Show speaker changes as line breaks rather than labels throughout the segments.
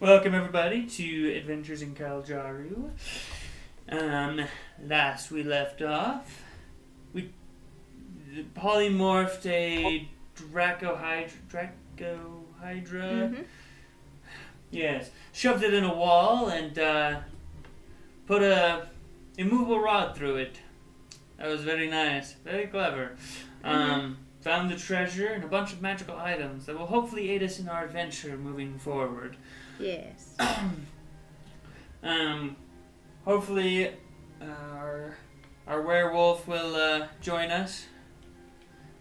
Welcome everybody to Adventures in Kaljaru. Um, last we left off, we polymorphed a dracohydra. Dracohydra.
Mhm.
Yes, shoved it in a wall and uh, put a immovable rod through it. That was very nice, very clever. Um, found the treasure and a bunch of magical items that will hopefully aid us in our adventure moving forward.
Yes.
Um, hopefully, uh, our our werewolf will uh, join us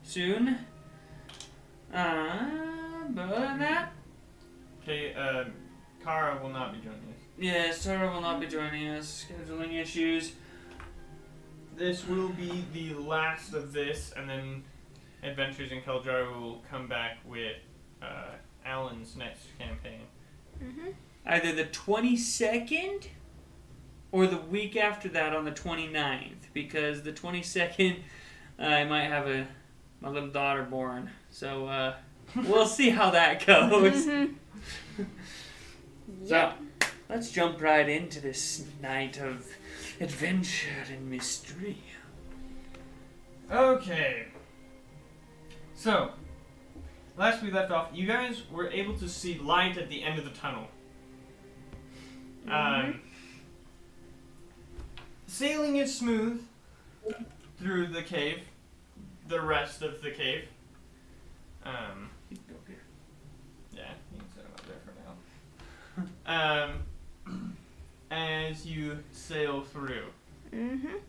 soon. Uh, but other than that,
Okay, um, Kara will not be joining us.
yes, Tara will not be joining us. Scheduling issues.
This will be the last of this, and then Adventures in Keldra will come back with uh, Alan's next campaign.
hmm
either the 22nd or the week after that on the 29th because the 22nd I might have a my little daughter born so uh, we'll see how that goes
Mm-hmm. Yep.
so let's jump right into this night of adventure and mystery
Okay. So, last we left off, you guys were able to see light at the end of the tunnel. Um, sailing is smooth through the cave, the rest of the cave. Um, yeah, you can set him up there for now. Um, as you sail through.
Mhm.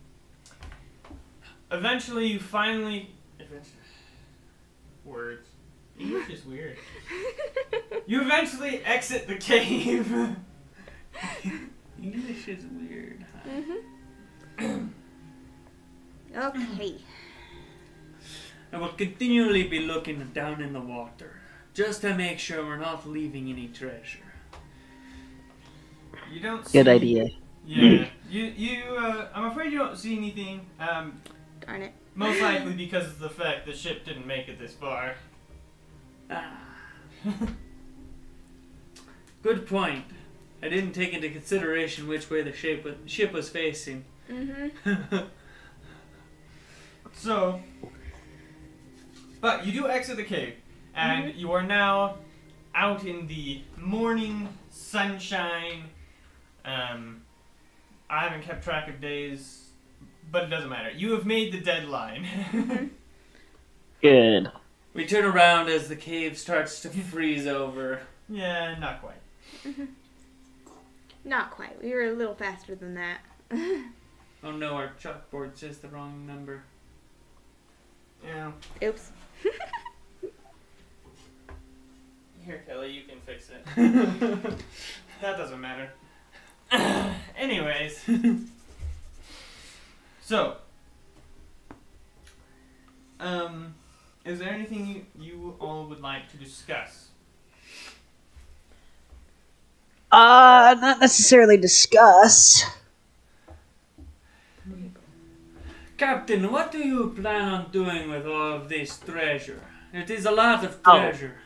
Eventually, you finally. Eventually. Words. English is weird. You eventually exit the cave.
English is weird
Mhm. okay.
I will continually be looking down in the water just to make sure we're not leaving any treasure
you don't. See,
Good idea.
Yeah. You. You. Uh, I'm afraid you don't see anything. Um,
Darn it.
most likely because of the fact the ship didn't make it this far.
Ah. Good point. I didn't take into consideration which way the shape wa- ship was facing.
Mhm.
So, but you do exit the cave, and you are now out in the morning sunshine. Um, I haven't kept track of days, but it doesn't matter. You have made the deadline.
Good.
we turn around as the cave starts to freeze over.
yeah, not quite.
Not quite. We were a little faster than that.
Oh no, our chalkboard says the wrong number.
Yeah.
Oops.
Here, Kelly, you can fix it. that doesn't matter. Anyways. so. Um, is there anything you, you all would like to discuss?
Uh, not necessarily discuss.
Captain, what do you plan on doing with all of this treasure? It is a lot of
Oh.
treasure.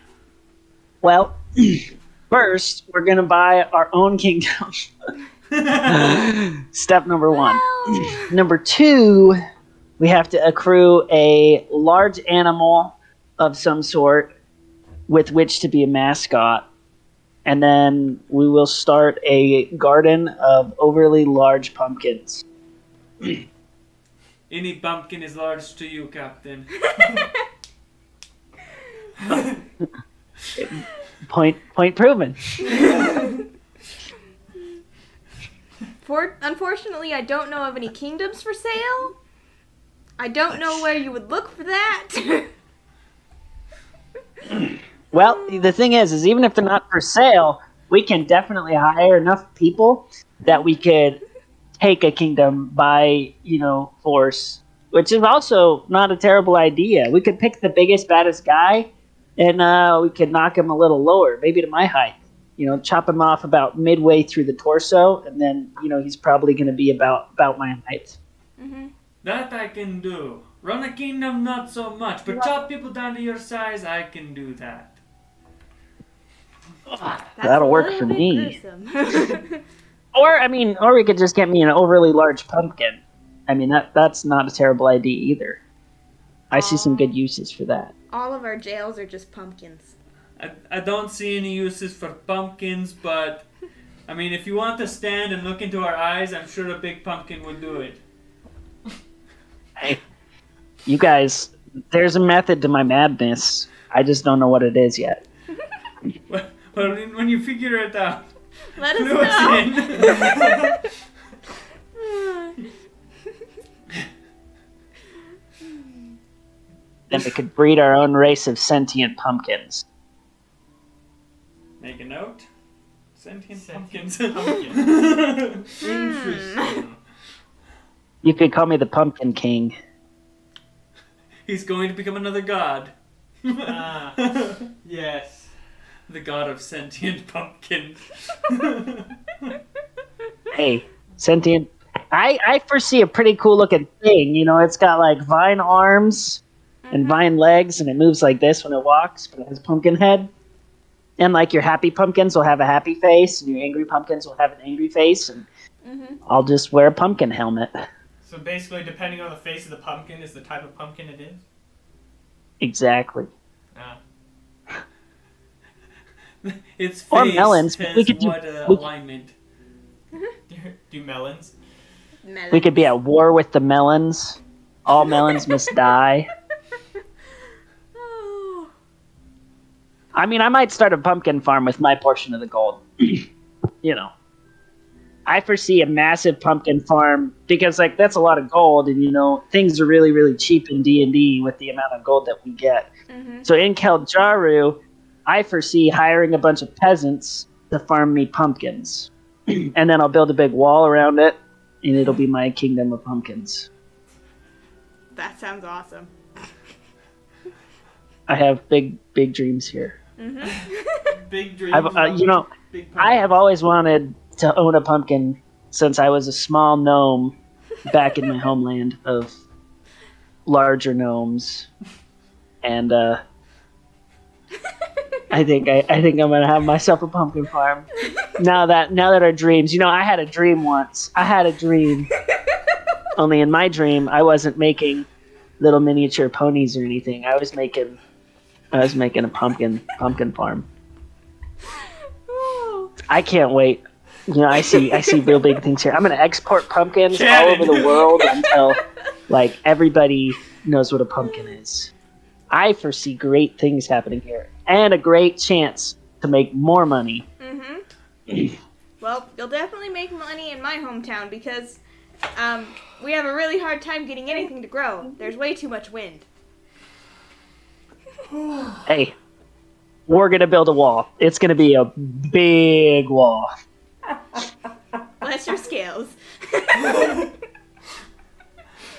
Well, first, we're gonna buy our own kingdom. Step number one.
Wow.
Number two, we have to accrue a large animal of some sort with which to be a mascot. And then we will start a garden of overly large pumpkins.
Any pumpkin is large to you, Captain.
Point point proven.
For unfortunately, I don't know of any kingdoms for sale. I don't know where you would look for that.
Well, the thing is, is even if they're not for sale, we can definitely hire enough people that we could take a kingdom by, you know, force, which is also not a terrible idea. We could pick the biggest, baddest guy, and uh, we could knock him a little lower, maybe to my height. You know, chop him off about midway through the torso, and then you know he's probably going to be about about my height.
mhm.
That I can do. Run a kingdom, not so much, but chop people down to your size, I can do that.
That's a
That'll work
little
for
bit
me.
gruesome.
Or I mean, or we could just get me an overly large pumpkin. I mean, that that's not a terrible idea either. I see some good uses for that.
All of our jails are just pumpkins.
I, I don't see any uses for pumpkins, but I mean, if you want to stand and look into our eyes, I'm sure a big pumpkin would do it.
You guys, there's a method to my madness. I just don't know what it is yet.
Well, well, when you figure it out,
Let us
clue us
know.
in.
Then we could breed our own race of sentient pumpkins.
Make a note. Sentient, pumpkins.
Sentient pumpkins. Interesting.
You could call me the Pumpkin King.
He's going to become another god.
Ah.
the
yes.
god of sentient pumpkins.
Hey, sentient. I I foresee a pretty cool looking thing. You know, it's got like vine arms and vine legs, and it moves like this when it walks, but it has a pumpkin head. And like your happy pumpkins will have a happy face, and your angry pumpkins will have an angry face, and I'll just wear a pumpkin helmet.
So basically, depending on the face of the pumpkin, is the type of pumpkin it is.
Exactly.
Ah.
Its face
Or melons, but
has
we could do-
what uh,
we could-
alignment.
Do, do melons?
Melon.
We could be at war with the melons. All melons must die.
Oh.
I mean, I might start a pumpkin farm with my portion of the gold. you know, I foresee a massive pumpkin farm because, like, that's a lot of gold, and you know, things are really, really cheap in D and D with the amount of gold that we get.
Mhm.
So in Keljaru, I foresee hiring a bunch of peasants to farm me pumpkins, and then I'll build a big wall around it, and it'll be my kingdom of pumpkins.
That sounds awesome.
I have big, big dreams here.
Mm-hmm.
Big dreams.
I've, uh, you know.
Big pumpkin.
I have always wanted to own a pumpkin since I was a small gnome back in my homeland of larger gnomes. And uh, I think I, I think I'm gonna have myself a pumpkin farm. Now that now that our dreams, you know, I had a dream once. I had a dream. Only in my dream, I wasn't making little miniature ponies or anything. I was making I was making a pumpkin pumpkin farm.
Oh.
I can't wait. You know, I see I see real big things here. I'm gonna export pumpkins
Cannon.
all over the world until like everybody knows what a pumpkin is. I foresee great things happening here and a great chance to make more money.
Mhm. Well, you'll definitely make money in my hometown because um, we have a really hard time getting anything to grow. There's way too much wind.
Hey, we're gonna build a wall. It's gonna be a big wall.
Bless your scales.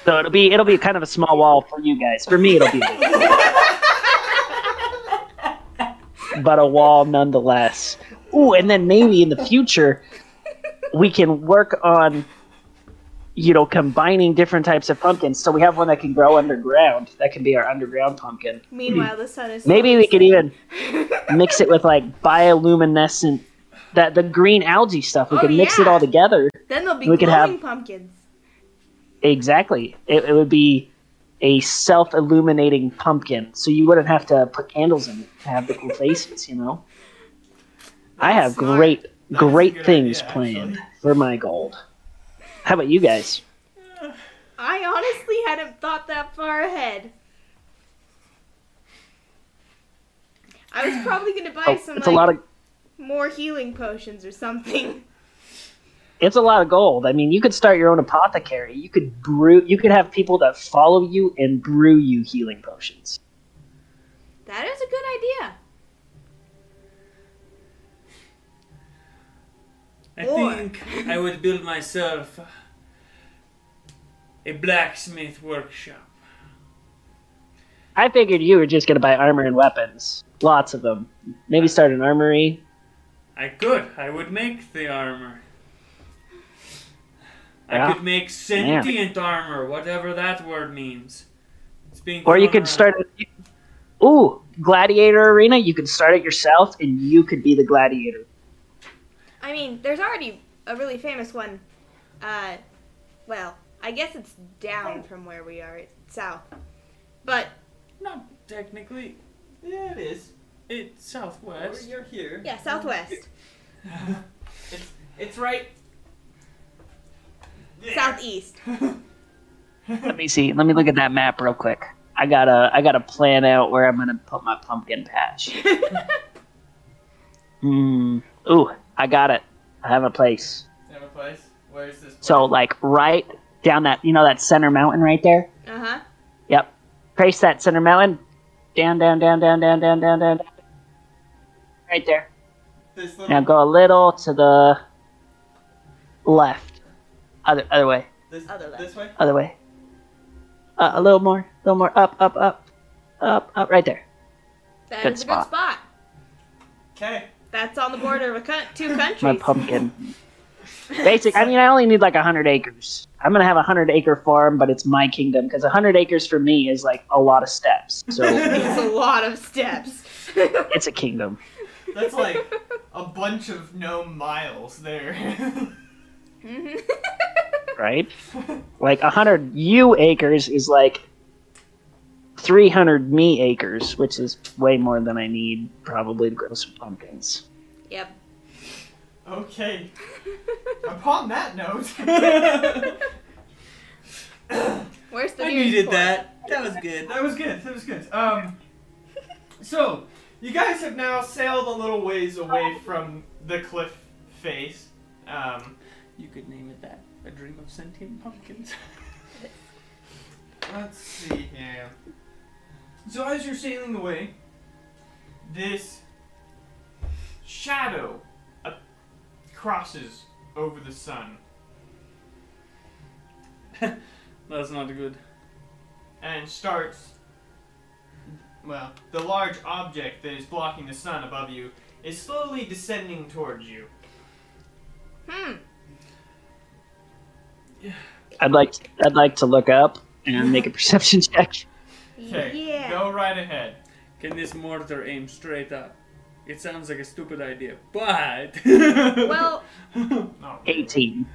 So it'll be it'll be kind of a small wall for you guys. For me, it'll be, a big wall. but a wall nonetheless. Ooh, and then maybe in the future, we can work on, you know, combining different types of pumpkins. So we have one that can grow underground. That can be our underground pumpkin.
Meanwhile, the sun is
Maybe we could
slowly
even mix it with like bioluminescent, that the green algae stuff. We
Oh,
could mix it
yeah.
all together.
setting. Then there'll be
we could
glowing
have-
pumpkins.
Exactly. It, it would be a self illuminating pumpkin, so you wouldn't have to put candles in it to have the cool faces, you know? I have
smart.
great,
That's a
great
good
things
idea,
planned
actually.
for my gold. How about you guys?
I honestly hadn't thought that far ahead. I was probably gonna buy
Oh,
some
it's
like,
a lot of
more healing potions or something.
it's a lot of gold. I mean, you could start your own apothecary. You could brew. You could have people that follow you and brew you healing potions.
That is a good idea.
I
Or-
think I would build myself a blacksmith workshop.
I figured you were just gonna buy armor and weapons, lots of them. Maybe start an armory.
I could. I would make the armor. I
Yeah.
could make sentient armor, whatever that word means. It's being
Or you
thrown
could
around.
start. ooh, gladiator arena, you could start it yourself and you could be the gladiator.
I mean, there's already a really famous one. Uh, well, I guess it's down from where we are. It's south. But
Not technically.
Yeah, it is.
It's
You're-
southwest.
You're here.
yeah, southwest,
It's it's right. there.
southeast.
Let me see. Let me look at that map real quick. I gotta I gotta plan out where I'm gonna put my pumpkin patch.
Uh-huh.
Hmm. Ooh, I got it. I have a place.
You have a place? Where's this place?
So like right down that you know that center mountain right there?
Uh huh.
Yep. Trace that center mountain. Down, down, down, down, down, down, down, down. down. Right there.
This little
Now go a little to the left. Other other way.
this,
Other left.
this way?
Other way. Uh, a little more. A little more. Up, up, up. Up, up, right there.
That is
Good
a good
spot.
spot.
Okay.
That's on the border of a co- two countries.
my pumpkin. Basic. I mean, I only need like hundred acres. I'm gonna have a hundred acre farm, but it's my kingdom because hundred acres for me is like a lot of steps. So
It's a lot of steps.
it's a kingdom.
That's like a bunch of no miles there.
Mhm.
right? Like a hundred you acres is like three hundred me acres, which is way more than I need probably to grow some pumpkins.
yep.
okay. Upon that note.
Where's the
I
nearest
needed
port?
that. That was good.
That was good. That was good. Um, so you guys have now sailed a little ways away from the cliff face. Um,
You could name it that. A dream of sentient pumpkins.
let's see here. So as you're sailing away, this shadow uh, crosses over the sun,
That's not good.
and starts. Well, the large object that is blocking the sun above you is slowly descending towards you.
Hmm.
I'd like I'd like to look up and make a perception check.
Okay,
Yeah.
go right ahead.
Can this mortar aim straight up? It sounds like a stupid idea, but.
Well,
Not really.
Eighteen.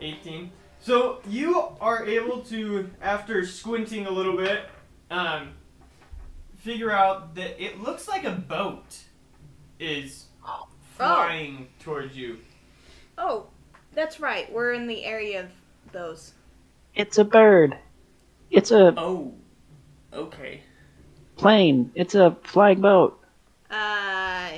18. So you are able to, after squinting a little bit, um, figure out that it looks like a boat is flying towards you.
oh, that's right. We're in the area of those.
It's a bird. It's a
oh. Okay.
plane. It's a flying boat.
Uh,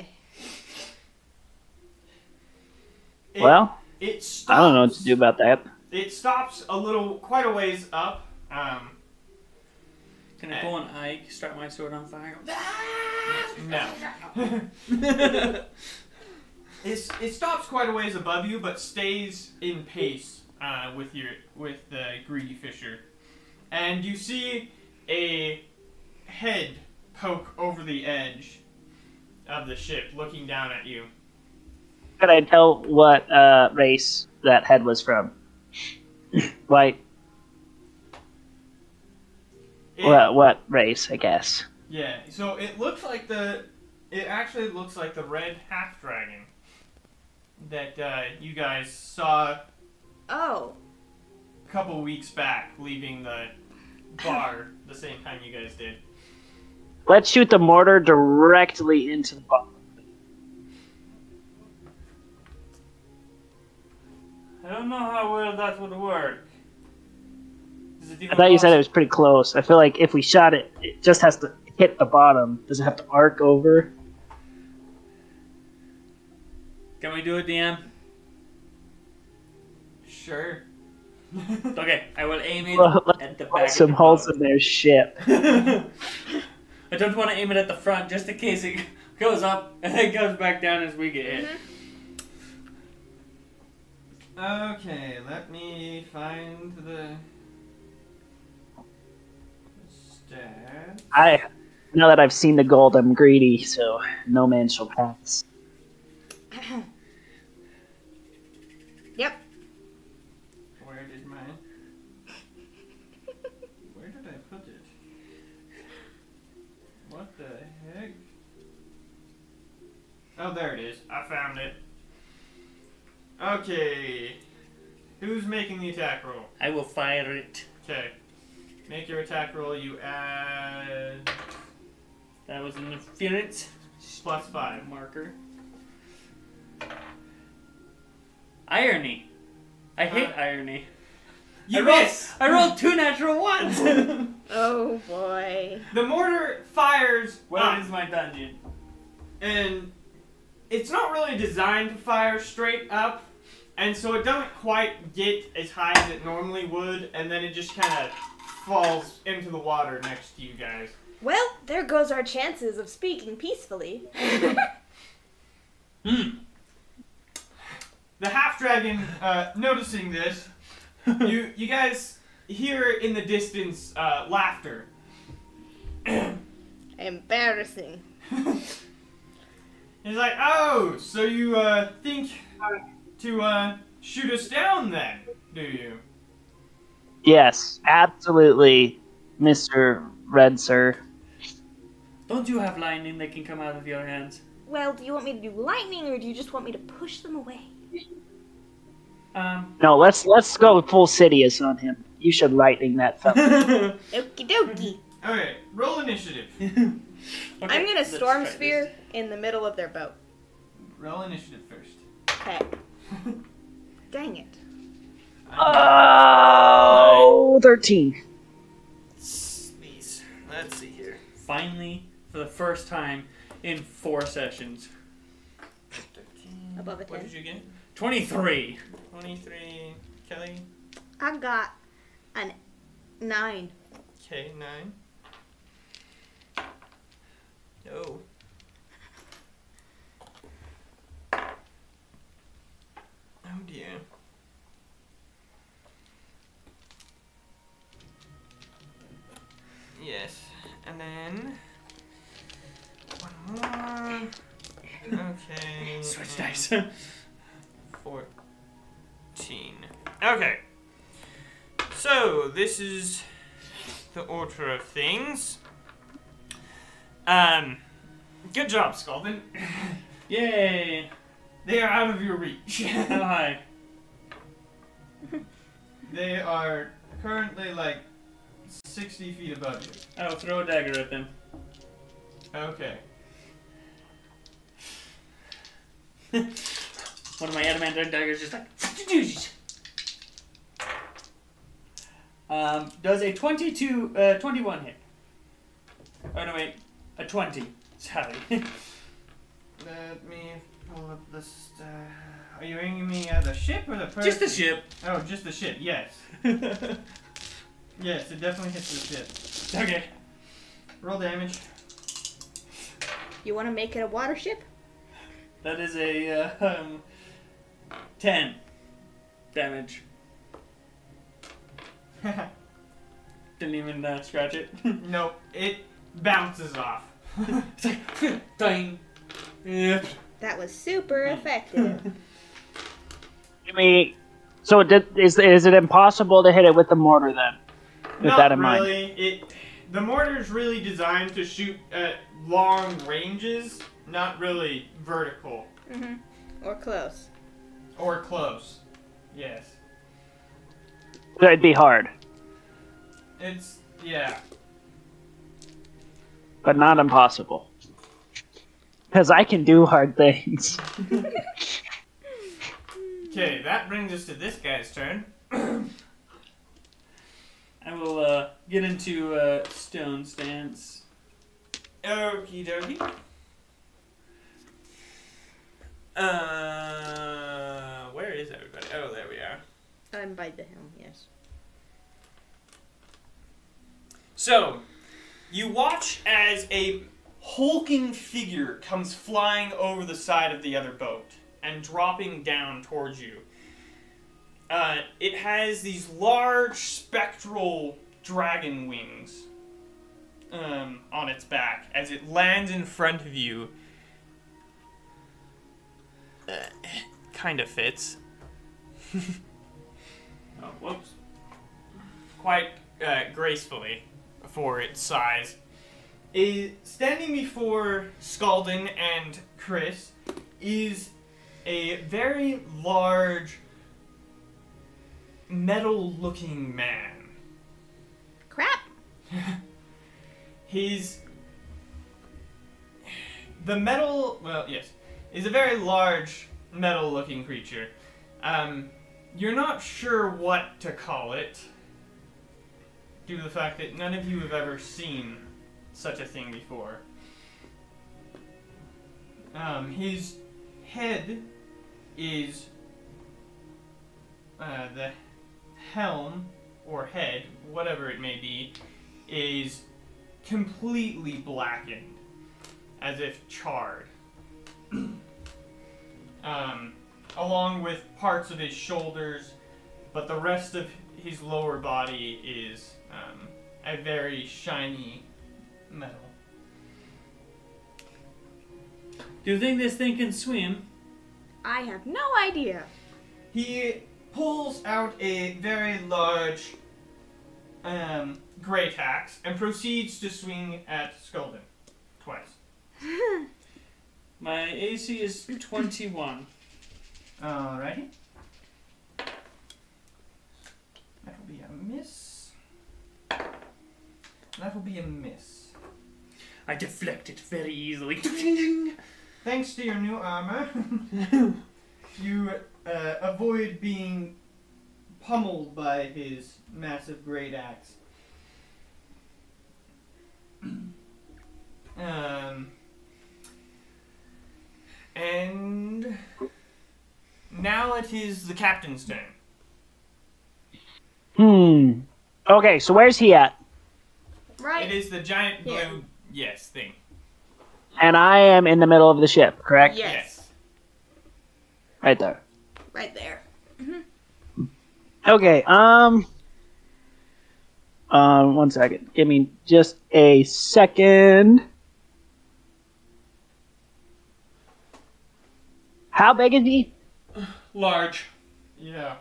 It,
Well,
it stops,
I don't know what to do about that.
It stops a little, quite a ways up. Um,
Can I pull an Ike, start my sword on fire?
no. It's, it stops quite a ways above you, but stays in pace uh, with your with the greedy fisher, and you see a head poke over the edge of the ship, looking down at you.
Could I tell what uh, race that head was from? White.
It-
What, what race? I guess.
Yeah. So it looks like the it actually looks like the red half dragon that uh, you guys saw a
oh.
couple weeks back leaving the bar the same time you guys did.
Let's shoot the mortar directly into the bomb.
I don't know how well that would work. Is it even
I thought you said it
possible?
was pretty close. I feel like if we shot it, it just has to hit the bottom. Does it have to arc over?
Can we do it, DM?
Sure.
Okay, I will aim it
Well, let's
at the back.
put Some
of the
holes
boat.
in their ship.
I don't want to aim it at the front just in case it goes up and then goes back down as we get hit.
Okay, let me find the stat.
I now that I've seen the gold, I'm greedy, so no man shall pass.
Yep.
Where did my where did I put it? What What the heck? Oh, there it is. I found it. Okay. Who's making the attack roll?
I will fire it.
Okay. Make your attack roll. You add
That was an interference.
plus five.
Marker. Irony. I hate
Huh?
irony.
You
I rolled,
miss.
I rolled two natural ones.
Oh boy.
The mortar fires
Where
up,
is my dungeon?
and it's not really designed to fire straight up, and so it doesn't quite get as high as it normally would, and then it just kind of falls into the water next to you guys.
Well, there goes our chances of speaking peacefully.
Hmm.
The half dragon, uh, noticing this, you you guys hear in the distance uh, laughter.
Embarrassing.
He's like, oh, so you uh, think to uh, shoot us down then, do you?
Yes, absolutely, Mr. Red Sir.
Don't you have lightning that can come out of your hands?
Well, do you want me to do lightning or do you just want me to push them away?
Um.
No, let's let's go full Sidious on him. You should lightning that fella.
Okie dokie.
Okay, roll initiative.
I'm gonna storm sphere in the middle of their boat.
Roll initiative first.
Okay. Dang it.
Oh, 13.
Sneeze. Let's see here.
Finally, for the first time in four sessions,
Above a
What
10.
did you get?
23.
23, Kelly,
I got an 9.
K9. No. Oh dear. Yes, and then one more. Okay.
Switch
and-
dice.
14. Okay. So, this is the order of things. Um, good job, Scaldin.
Yay!
They are out of your reach.
Hi.
they are currently like 60 feet above you.
I will throw a dagger at them.
Okay.
One of my adamantine daggers just like. Um, does a 22, uh, 21 hit? Oh no, wait, a 20. Sorry.
Let me pull up the stat. Are you aiming me at the ship or the person?
just the ship.
Oh, just the ship, yes.
okay.
Yes, it definitely hits the ship. Roll damage.
You want to make it a water ship?
That is a uh, um, 10 damage. Didn't even uh, scratch it.
Nope, it bounces off.
it's like, ding. Yeah.
That was super effective.
I mean, so did, is, is it impossible to hit it with the mortar then? With
Not
that in mind.
really. It the mortar's really designed to shoot at long ranges, not really vertical
hmm Or close.
or close. Yes,
That'd be hard,
it's yeah.
but not impossible. Because I can do hard things.
Okay, that brings us to this guy's turn.
I will uh, get into uh, stone stance.
Okie dokie. Uh, where is everybody? Oh, there we are.
I'm by the helm, yes.
So, you watch as a hulking figure comes flying over the side of the other boat and dropping down towards you. Uh, it has these large spectral dragon wings um, on its back as it lands in front of you. kind of fits. oh, whoops. Quite uh, gracefully for its size. is standing before Scaldin and Chris is a very large metal-looking man.
Crap.
He's the metal. Well, yes, is a very large metal-looking creature. Um, you're not sure what to call it, due to the fact that none of you have ever seen such a thing before. Um, his head is uh, the helm or head, whatever it may be, is completely blackened, as if charred. um, along with parts of his shoulders, but the rest of his lower body is um, a very shiny metal.
Do you think this thing can swim?
I have no idea.
He pulls out a very large um, great axe and proceeds to swing at Skulden twice.
My AC is 21.
Alrighty. That will be a miss. That will be a miss.
I deflect it very easily.
Thanks to your new armor, you uh, avoid being pummeled by his massive great axe. um, and now it is the captain's turn.
Hmm. Okay, so where's he at?
Right.
It is the giant blue
Yeah.
yes thing.
And I am in the middle of the ship, correct?
Yes.
Right there.
Right there.
Okay, um. Um, one second. Give me just a second. How big is he?
Large.
Yeah.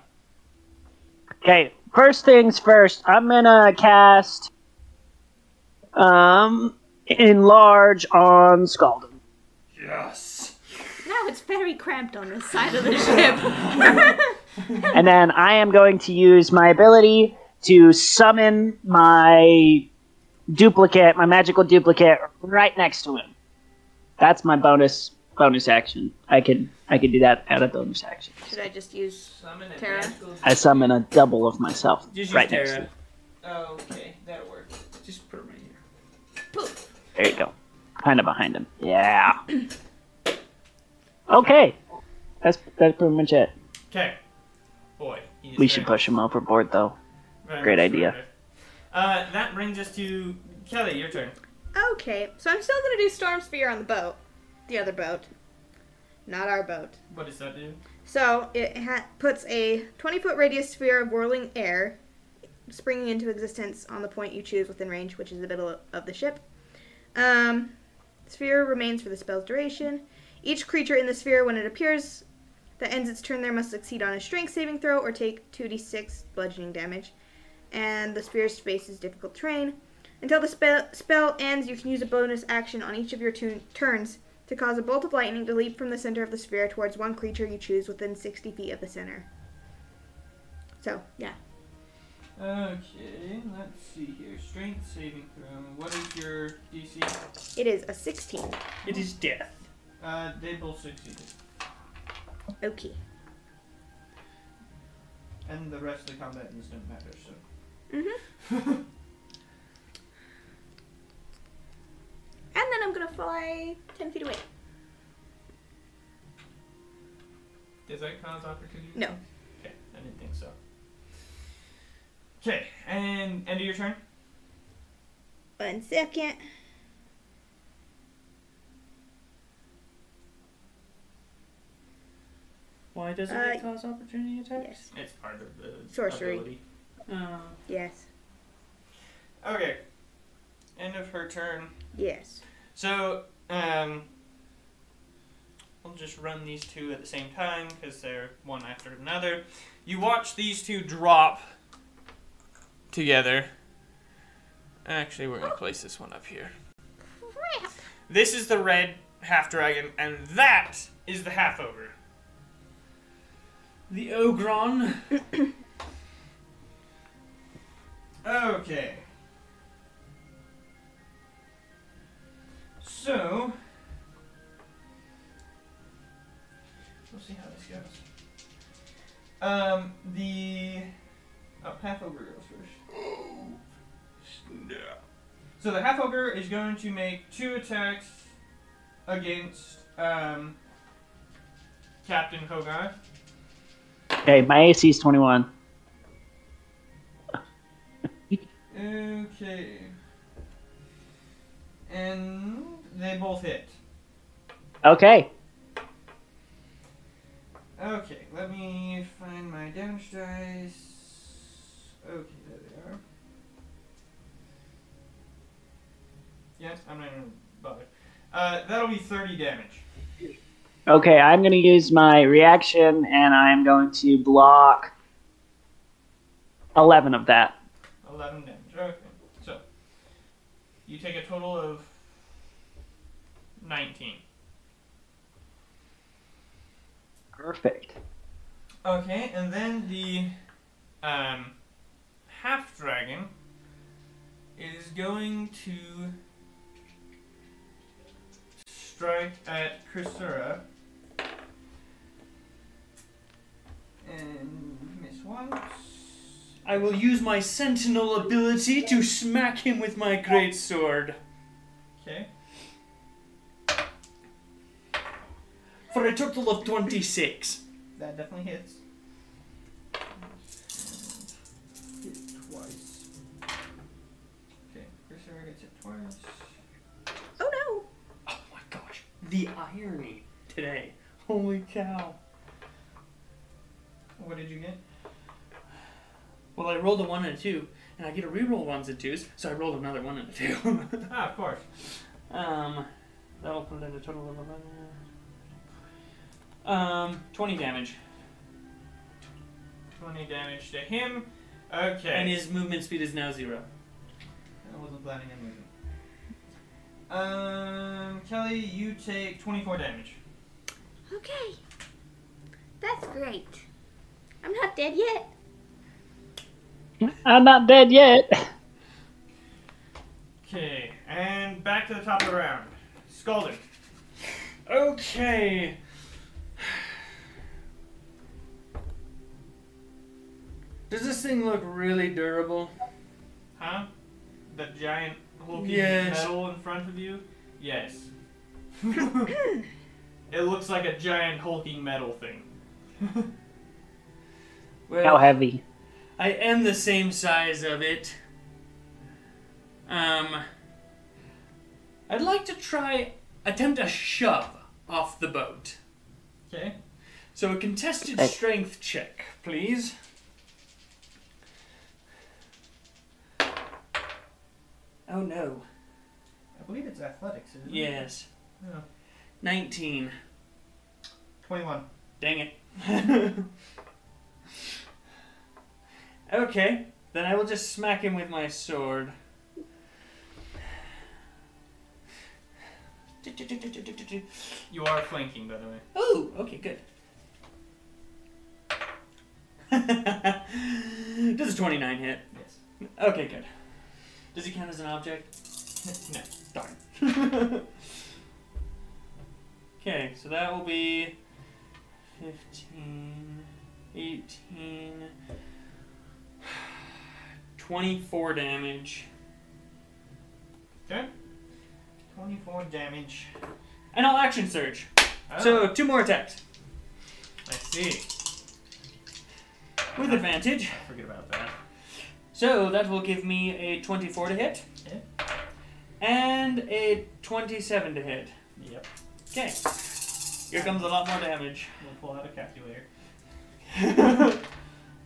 Okay, first things first, I'm gonna cast um enlarge on Scaldum.
Yes.
Now it's very cramped on this side of the ship.
And then I am going to use my ability to summon my duplicate, my magical duplicate right next to him. That's my bonus bonus action. I could I could do that at a bonus action.
Should I just use?
Summon a
Tara.
I summon a double of myself
Just use
right next to
Tara.
him.
Oh, Okay, that'll work.
Just put it right here.
There you go. Kind of behind him. Yeah. Okay. That's that's pretty much it.
Okay. Boy. he is very
We should push him overboard, though.
Very
Great
much
idea.
smarter. Uh, that brings us to Kelly. Your turn.
Okay, so I'm still gonna do storm sphere on the boat, the other boat, not our boat.
What does that do?
So it ha- puts a 20 foot radius sphere of whirling air springing into existence on the point you choose within range, which is the middle of the ship. Um, sphere remains for the spell's duration. Each creature in the sphere, when it appears that ends its turn there, must succeed on a strength saving throw or take 2d6 bludgeoning damage. And the sphere's space is difficult terrain. Until the spell, spell ends, you can use a bonus action on each of your tu- turns to cause a bolt of lightning to leap from the center of the sphere towards one creature you choose within 60 feet of the center. So, yeah.
Okay, let's see here. Strength saving throw. What is your DC?
It is a 16.
It is death.
Uh, they both succeeded,
Okay.
and the rest of the combat doesn't matter. So.
Mhm.
Mm-hmm.
And then I'm gonna fly 10 feet away.
Does that cause opportunity?
No.
Okay, I didn't think so. Okay, and end of your turn.
One second.
Why doesn't
Uh,
it cause opportunity attacks?
It's part of the
Sorcery.
ability.
Uh,
Yes.
Okay. End of her turn.
Yes.
So, um, we'll just run these two at the same time because they're one after another. You watch these two drop together. Actually, we're gonna place this one up here. This is the red half dragon, and that is the half ogre.
The Ogron.
Okay. So we'll see how this goes. Um, the oh, half ogre goes first. So the half ogre is going to make two attacks against um, Captain Hogarth.
Okay, my AC is 21.
Okay. And they both hit.
Okay.
Okay, let me find my damage dice. Okay, there they are. Yes, I'm not even bothered. Uh, that'll be 30 damage.
Okay, I'm going to use my reaction and I'm going to block 11 of that.
11 damage. Okay, so you take a total of 19.
Perfect.
Okay, and then the um, half dragon is going to strike at Chrysura and miss once.
I will use my sentinel ability to smack him with my great sword
Okay,
for a total of 26.
that definitely hits. Hit twice. Okay, Chrysura gets hit twice.
Oh no!
Oh my gosh, the irony today. Holy cow.
What did you get?
Well, I rolled a 1 and a 2, and I get a reroll 1s and 2s, so I rolled another 1 and a 2.
Ah, of course.
Um, that'll put it in a total of eleven. Um, twenty damage,
20 damage to him. Okay.
and his movement speed is now zero.
I wasn't planning on moving. Um, Kelly, you take 24 damage.
Okay. That's great. I'm not dead yet.
I'm not dead yet.
Okay, and back to the top of the round. Scalded.
Okay. Does this thing look really durable?
Huh? That giant hulking
Yes.
metal in front of you? Yes. it looks like a giant hulking metal thing.
How
Well,
heavy?
I am the same size of it. Um, I'd like to try attempt a shove off the boat.
Okay.
So a contested
Okay.
strength check, please. Oh no.
I believe it's athletics, isn't
Yes.
Yeah.
19.
21.
Dang it. okay, then I will just smack him with my sword.
You are flanking, by the way.
Oh, okay, good. Does a 29 hit?
Yes.
Okay, good. Does he count as an object?
No.
Darn. okay, so that will be 15, 18, 24 damage.
24 damage.
And I'll action surge.
Oh,
So, two more attacks.
I see.
With advantage.
I forget about that.
So, that will give me a 24 to hit.
Okay.
And a 27 to hit.
Yep.
Okay. Here comes a lot more damage.
We'll pull out a calculator.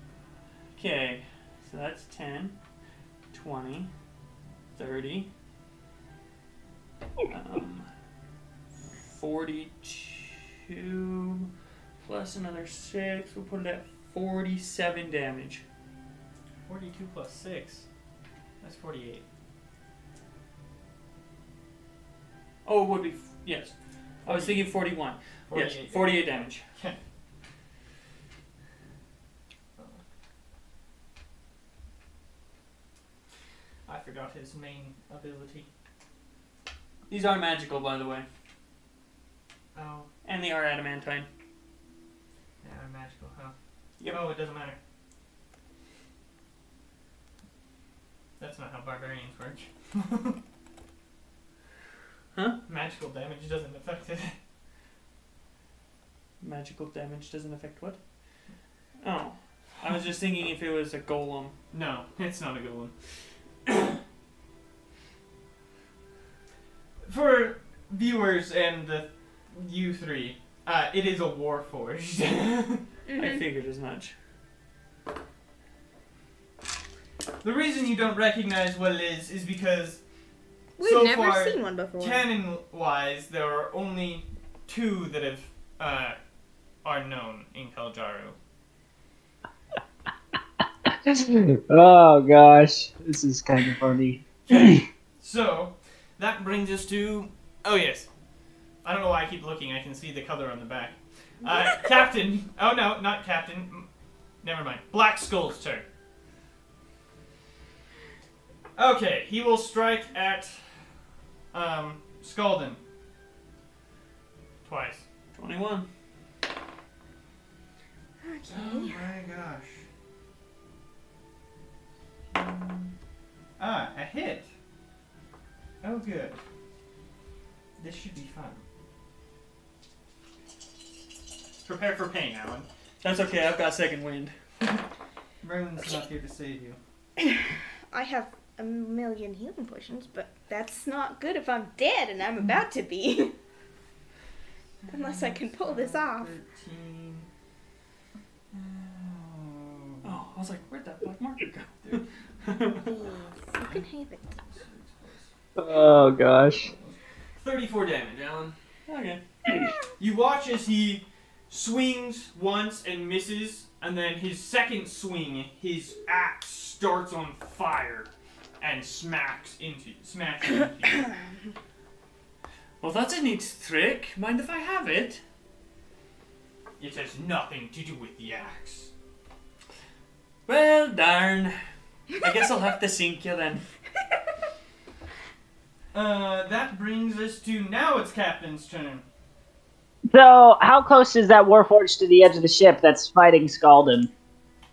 okay, so that's 10, 20, 30, um, 42, plus another 6. We'll put it at 47 damage.
42 plus 6. That's 48.
Oh, it would be. Yes. I was thinking 41. Yes, 48 damage.
I forgot his main ability.
These are magical, by the way.
Oh,
And they are adamantine.
yeah, I'm magical, huh?
Yep.
Oh, it doesn't matter. That's not how barbarians work.
Huh?
Magical damage doesn't affect it.
Magical damage doesn't affect what? Oh. I was just thinking if it was a golem.
No, it's not a good one. For viewers and the, you three, uh, it is a war forged.
I
Mhm.
figured as much.
the reason you don't recognize what it is is because
We've
so
never
far,
seen one before.
canon wise, there are only two that have uh, are known in Kaljaru.
oh gosh, this is kind of funny.
So that brings us to oh yes, I don't know why I keep looking. I can see the color on the back. Uh, Captain. Oh no, not Captain. M- Never mind. Black Skull's turn. Okay, he will strike at um, Scaldin twice.
21.
Okay.
Oh my gosh. Ah, a hit. Oh, good. This should be fun. Prepare for pain, Alan.
That's okay, I've got second wind.
Merlin's not here to save you.
I have a million healing potions, but that's not good if I'm dead and I'm about to be. Unless I can pull this off.
13. Oh,
Oh, I was like, where'd that black market go?
Please, you can have it.
six plus-
Oh gosh.
34 damage, Alan.
okay.
You watch as he swings once and misses, and then his second swing, his axe starts on fire and smacks into smacks into you.
Well, that's a neat trick. Mind if I have it?
It has nothing to do with the axe.
Well, darn. I guess I'll have to sink you then.
Uh, that brings us to now it's Captain's turn.
So, how close is that Warforged to the edge of the ship that's fighting Scaldon?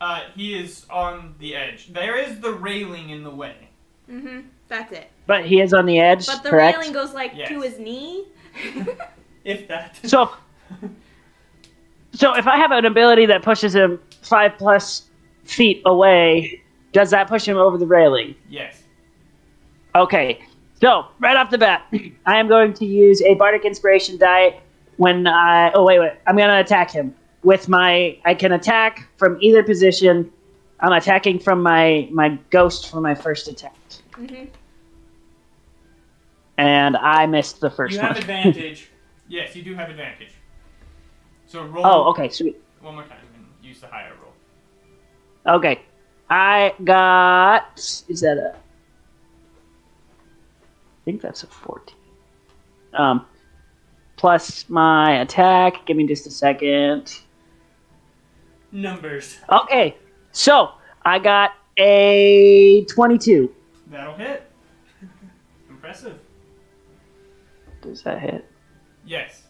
Uh, he is on the edge. There is the railing in the way.
hmm That's it.
But he is on the edge,
But the
correct?
railing goes like
Yes.
to his knee. Mm-hmm.
If that.
So, so if I have an ability that pushes him five plus feet away, does that push him over the railing?
Yes.
Okay. So right off the bat, I am going to use a bardic inspiration die when I. Oh wait, wait. I'm going to attack him with my. I can attack from either position. I'm attacking from my my ghost for my first attack,
hmm
and I missed the first
You
one.
have advantage.
Yes, you do have advantage. So roll
oh, okay, sweet.
one more time and use the higher roll.
Okay, I got. Is that a? I think that's a fourteen. Um, plus my attack. Give me just a second.
Numbers.
Okay, so I got a 22.
That'll hit. Impressive.
Does that hit?
Yes.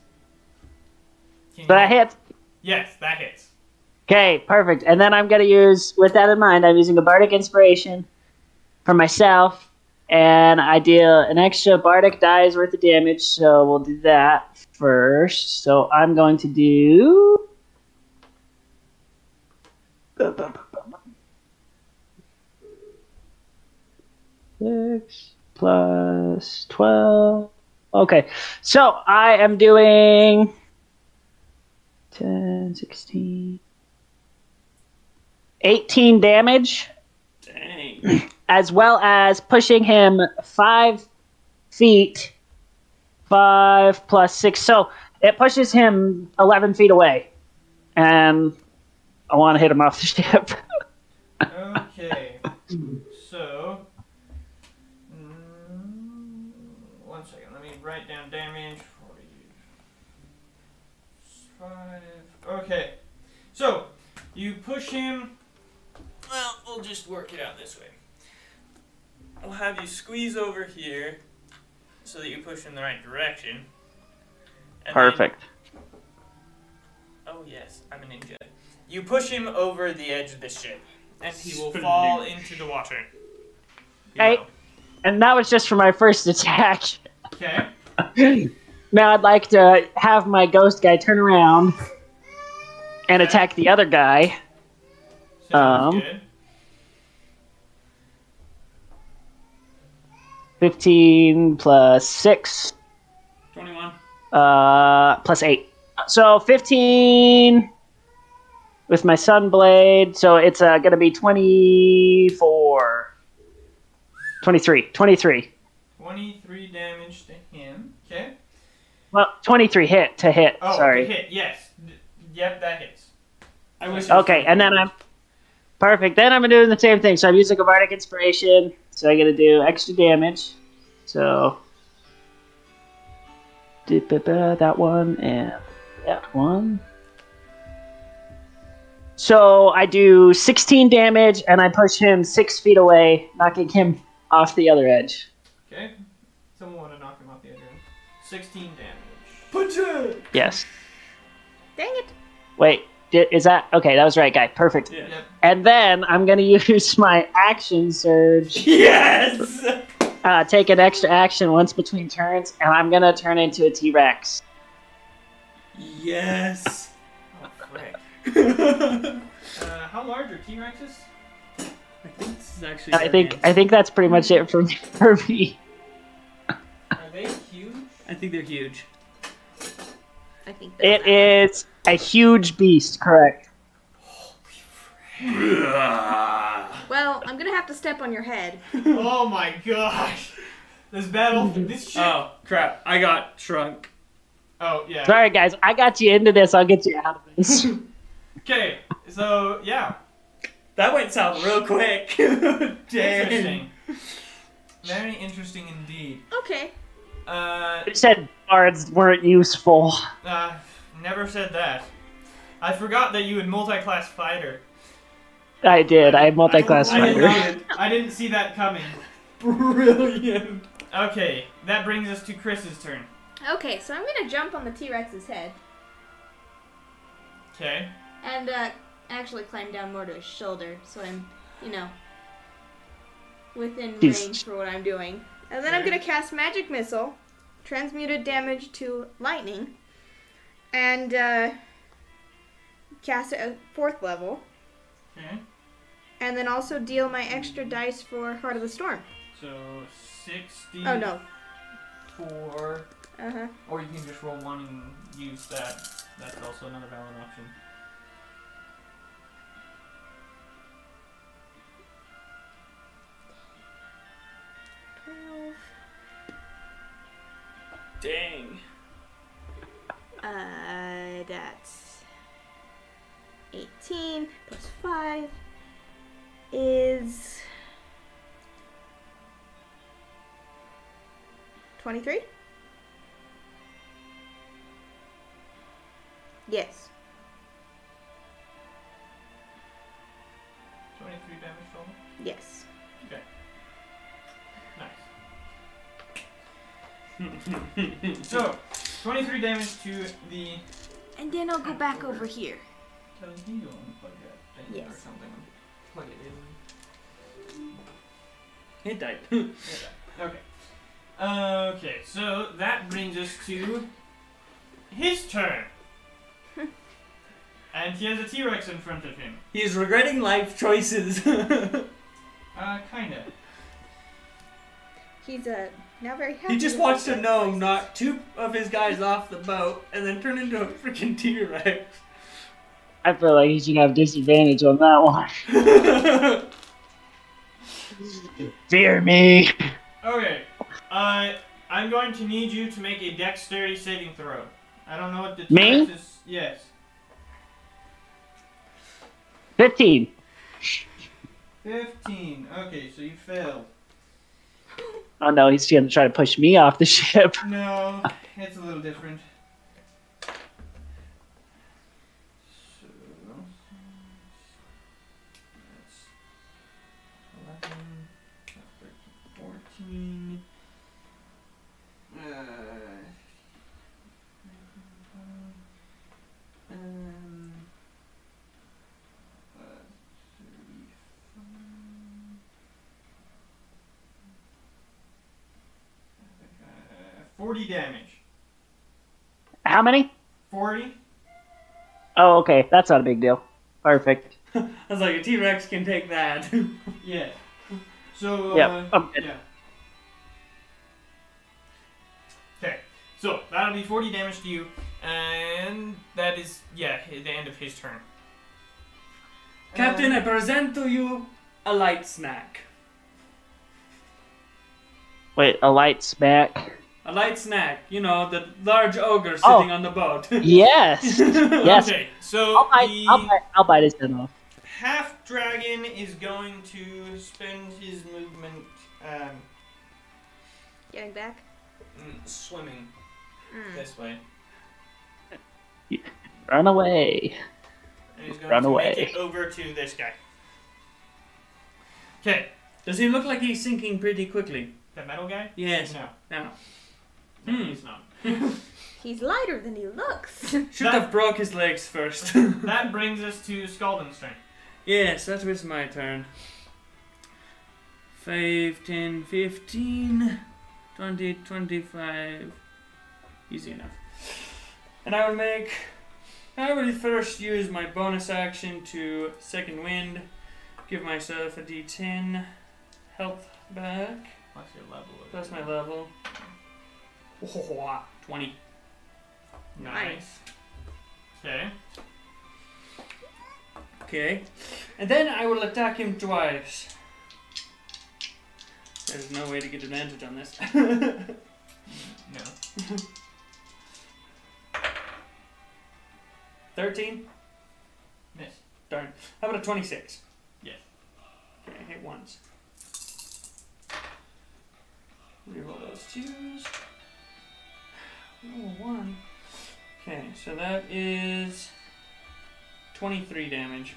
Can
That
you-
hits.
Yes, that hits.
Okay, perfect. And then I'm going to use, with that in mind, I'm using a bardic inspiration for myself, and I deal an extra bardic die's worth of damage, so we'll do that first. So I'm going to do. Six plus 12. Okay, so I am doing 10, 16, 18 damage,
Dang.
as well as pushing him five feet, five plus six. So it pushes him 11 feet away. And I want to hit him off the ship.
Okay. so. Mm, one second, let me write write down damage. 45. Okay. So, you push him. Well, we'll just work it out this way. I'll have you squeeze over here so that you push in the right direction. And then-
Perfect.
oh, yes, I'm a ninja. You push him over the edge of the ship, and he will
Spinning.
fall into the water. You
Hey.
know.
And that was just for my first attack.
Okay.
Now I'd like to have my ghost guy turn around and attack the other guy.
Sounds
Um,
good.
15 plus 6,
21.
uh, plus 8. So 15 with my sunblade. So it's uh, going to be 24. 23. 23.
23 damage to him. Okay.
Well, 23 hit to hit.
Oh,
Sorry.
to hit. Yes. D- Yep, that hits.
I wish. it was
Okay, and then I'm perfect. Then I'm gonna do the same thing. So I'm using a bardic inspiration. So I'm gonna do extra damage. So Dip-a-ba, that one and that one. So I do 16 damage, and I push him six feet away, knocking him off the other edge.
Okay. Someone want to knock him off the other end. 16 damage.
Punch it!
Yes.
Dang it.
Wait. di- Is that okay? That was right, guy. Perfect.
Yeah.
Yep.
And then I'm gonna use my action surge.
Yes!
uh, take an extra action once between turns, and I'm gonna turn into a T Rex.
Yes!
Oh, frick.
I
Uh, how large are T-Rexes?
think this is actually.
I
very
think
nice.
I think that's pretty much it for me. For me.
Are they huge?
I think they're huge.
I think that's
It is a huge beast, correct?
Well, I'm gonna have to step on your head.
oh my gosh. This battle, this shit.
Oh, crap. I got shrunk.
oh yeah.
Sorry, guys, I got you into this. I'll get you out of this.
Okay, so yeah,
That went south real quick. Dang.
interesting. Very interesting indeed.
Okay.
Uh,
You said bards weren't useful.
uh, never said that. I forgot that you had multi-class fighter.
I did. I multi-class
I did
fighter.
not- I didn't see that coming.
Brilliant.
Okay, that brings us to Chris's turn.
Okay, so I'm gonna jump on the T Rex's head
Okay.
and uh, actually climb down more to his shoulder so I'm, you know, within
Jeez.
range for what I'm doing. And then I'm gonna cast Magic Missile, transmuted damage to lightning, and uh, cast it at fourth level,
Okay.
and then also deal my extra dice for Heart of the Storm.
So sixty.
Oh no.
Four.
Uh huh.
Or you can just roll one and use that. That's also another valid option.
Dang.
Uh, that's 18 plus 5 is 23? Yes.
Twenty-three damage total.
Yes.
Nice. So, twenty-three damage to the.
And then I'll go back over here.
Kelly, can you unplug that thing or
Yes.
something? Plug it in.
Hit died.
Okay. Okay. So that brings us to his turn. and he has a T-Rex in front of him.
He's regretting life choices.
Uh, kinda.
He's uh, now very happy.
he just
with
watched a
his
gnome
choices.
knock two of his guys off the boat and then turn into a freaking T Rex.
I feel like you should have disadvantage on that one. Fear me.
Okay. Uh, I'm going to need you to make a dexterity saving throw. I don't know what the
Me?
T-Rex is. Yes.
Fifteen.
Fifteen. Okay, so you failed.
oh no, he's going to try to push me off the ship.
No, it's a little different. So, that's 11, 13, 14. Uh, um, uh, 35. Uh, 40 damage.
How many?
40?
Oh, okay, that's not a big deal. Perfect.
I was like, a T Rex can take that.
Yeah. So, uh,
Yeah, I'm good.
yeah. Okay, so that'll be 40 damage to you, and that is, yeah, the end of his turn.
Captain,
Uh,
I present to you a light snack.
Wait, a light smack.
A light snack. You know, the large ogre
Oh.
sitting on the boat.
Yes. Yes.
Okay, so
I'll bite,
the
I'll bite. I'll bite his head off.
half dragon is going to spend his movement um,
Getting back.
mm, swimming
Hmm.
Mm.
this way.
Run away.
And he's going
Run
to
away.
make it over to this guy. Okay,
Does he look like he's sinking pretty quickly?
the metal guy?
Yes.
No.
No.
No,
Hmm.
he's not.
He's lighter than he looks.
Should
That-
have broke his legs first.
That brings us to Scaldin's turn.
yes, that was my turn. 5, 10, 15, 20, 25. Easy enough. And I will make. I will first use my bonus action to second wind, give myself a d10 health back.
Plus your level. of-
That's my level. Oh, 20.
Nice. Okay.
Okay. And then I will attack him twice. There's no way to get advantage on this.
Mm, No.
13?
Miss.
Darn. How about a 26?
Yeah.
Okay, hit once. Reroll those twos. Roll a one. Okay, so that is 23 damage.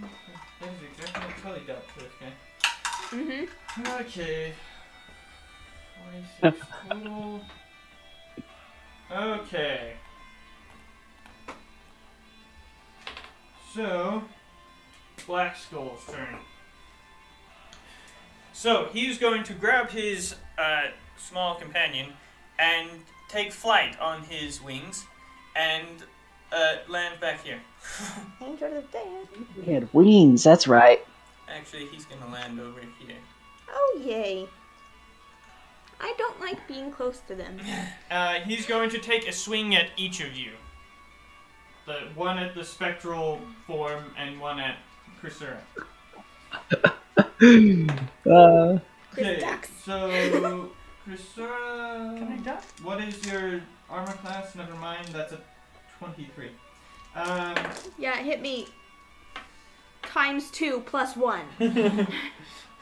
That is exactly what Tully dealt to this guy.
mm-hmm.
Okay. 46 total. Okay. So, Black Skull's turn. So, he's going to grab his uh, small companion and take flight on his wings and uh, land back here.
Angel of death.
He had wings. That's right.
Actually, he's going to land over here.
Oh yay. I don't like being close to them.
Uh, he's going to take a swing at each of you. The one at the spectral form and one at Chrysura.
Uh,
Chris ducks.
So
Can I
Chrysura,
duck?
what is your armor class? Never mind, that's a twenty-three. Um,
Yeah, it hit me. Times two plus one.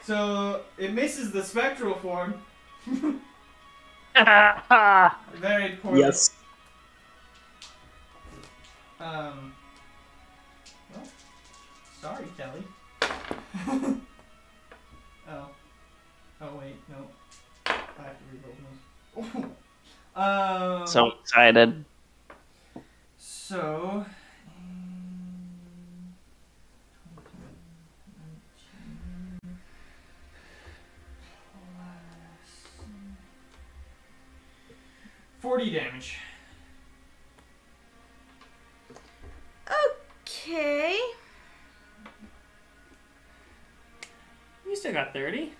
so it misses the spectral form. Very poorly.
yes.
Um. Well, sorry, Kelly. oh. Oh wait, no. I have to rebuild those. um.
So excited.
So. Forty damage.
Okay.
You still got 30.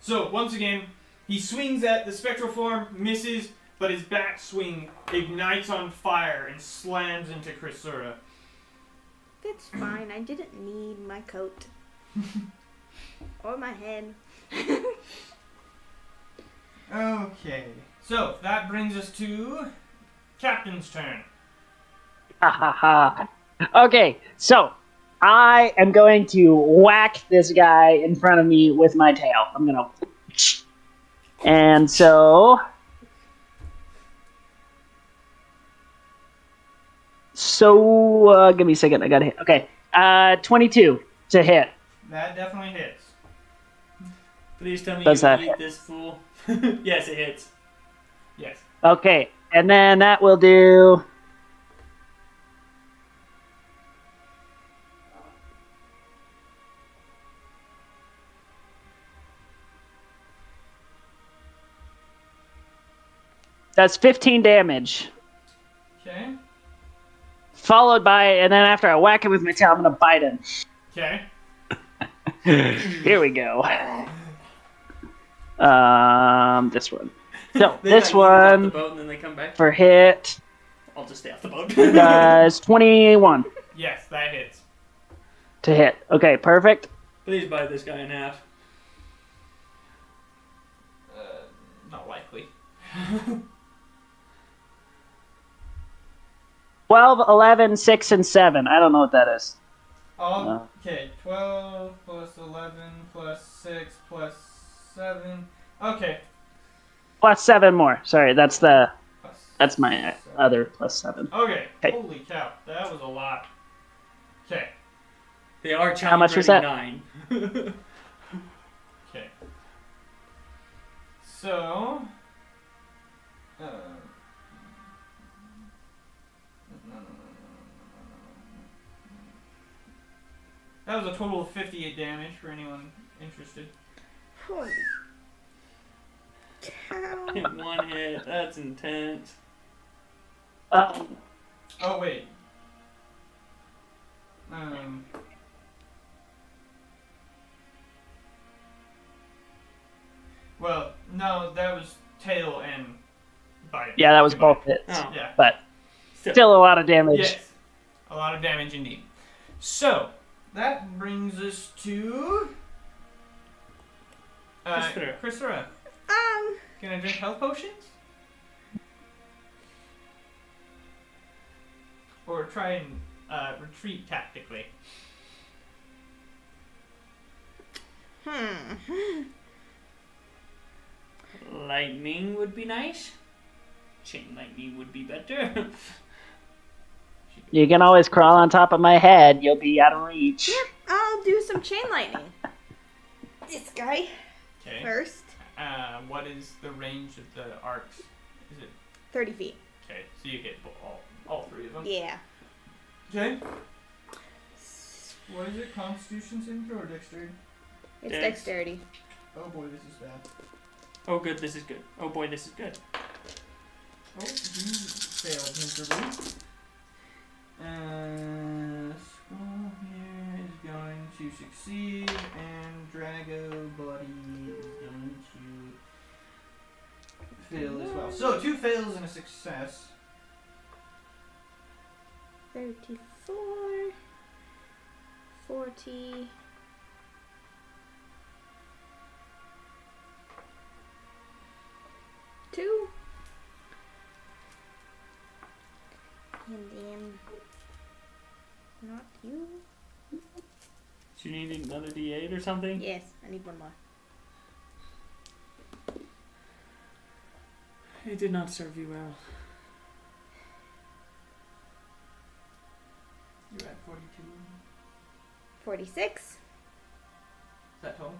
So once again, he swings at the spectral form, misses, but his back swing ignites on fire and slams into Chrysura.
That's fine. I didn't need my coat. or my head.
Okay. So that brings us to Captain's turn.
Ha ha ha. Okay, so I am going to whack this guy in front of me with my tail. I'm gonna. And so. So, uh, give me a second. I got to hit. Okay. Uh, 22 to hit.
That definitely hits.
Please tell me
Does
you
that
beat
hit?
this fool. yes, it hits.
Yes.
Okay. And then that will do. That's 15 damage.
Okay.
Followed by, and then after I whack him with my tail, I'm gonna bite him.
Okay.
Here we go. Um, this one. No,
They like
this
leap off The
one
boat and then they come back.
for hit
I'll just stay off the boat.
does 21
Yes, that hits.
to hit. Okay, perfect.
Please bite this guy in half.
Uh, not likely.
12, 11, 6, and 7. I don't know what that is.
All,
No.
Oh, okay, 12 plus 11 plus 6 plus 7. Okay.
Plus 7 more. Sorry, that's the
Plus
that's my uh, other plus 7.
Okay.
Okay.
Holy cow, that was a lot. Okay.
They are challenging
much was that?
nine.
Okay. So. Uh, that was a total of 58 damage for anyone interested.
Holy cow.
One hit. That's intense.
Uh,
Oh, wait. Um. Well, no, that was tail and bite.
yeah, that was both hits.
Oh,
Yeah.
But
still.
still a lot of damage.
Yes. A lot of damage indeed. So, that brings us to. Uh,
Christopher.
Christopher,
Um,
can I drink health potions? Or try and uh, retreat tactically?
hmm.
Lightning would be nice. Chain lightning would be better.
You can always crawl on top of my head. You'll be out of reach.
I'll do some chain lightning. This guy
Okay.
first.
Uh, what is the range of the arcs? Is it
30 feet.
okay? So you hit bo- all, all three of them.
Yeah.
Okay. What is it? Constitution saving throw or dexterity?
It's
Dex.
dexterity.
Oh boy, this is bad.
oh, good. This is good. Oh boy, this is good.
Oh, you failed miserably. Uh, scroll here is going to succeed, and Drago Buddy is going to fail as well. So two fails and a success.
34. 40. Two. And then. Not you.
Do you need another D8 or something?
Yes, I need one more.
It did not serve you well.
You're at 42. Is
46.
that total?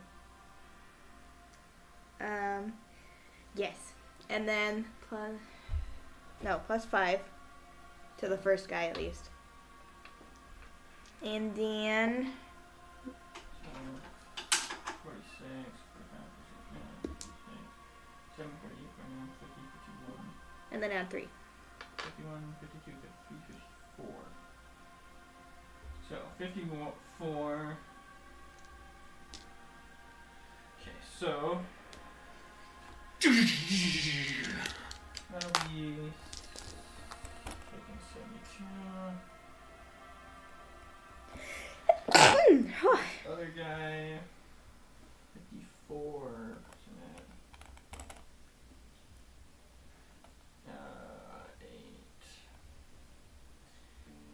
Um, yes. And then plus no plus five to the first guy at least. And then
So, 46, 45, 46, 7, 48, 49, 50, 51.
and then add three.
51, 52, 53, 54. So, 54. Okay, so. That'll be. taking 72. Other guy. 54. So that- Uh, 8.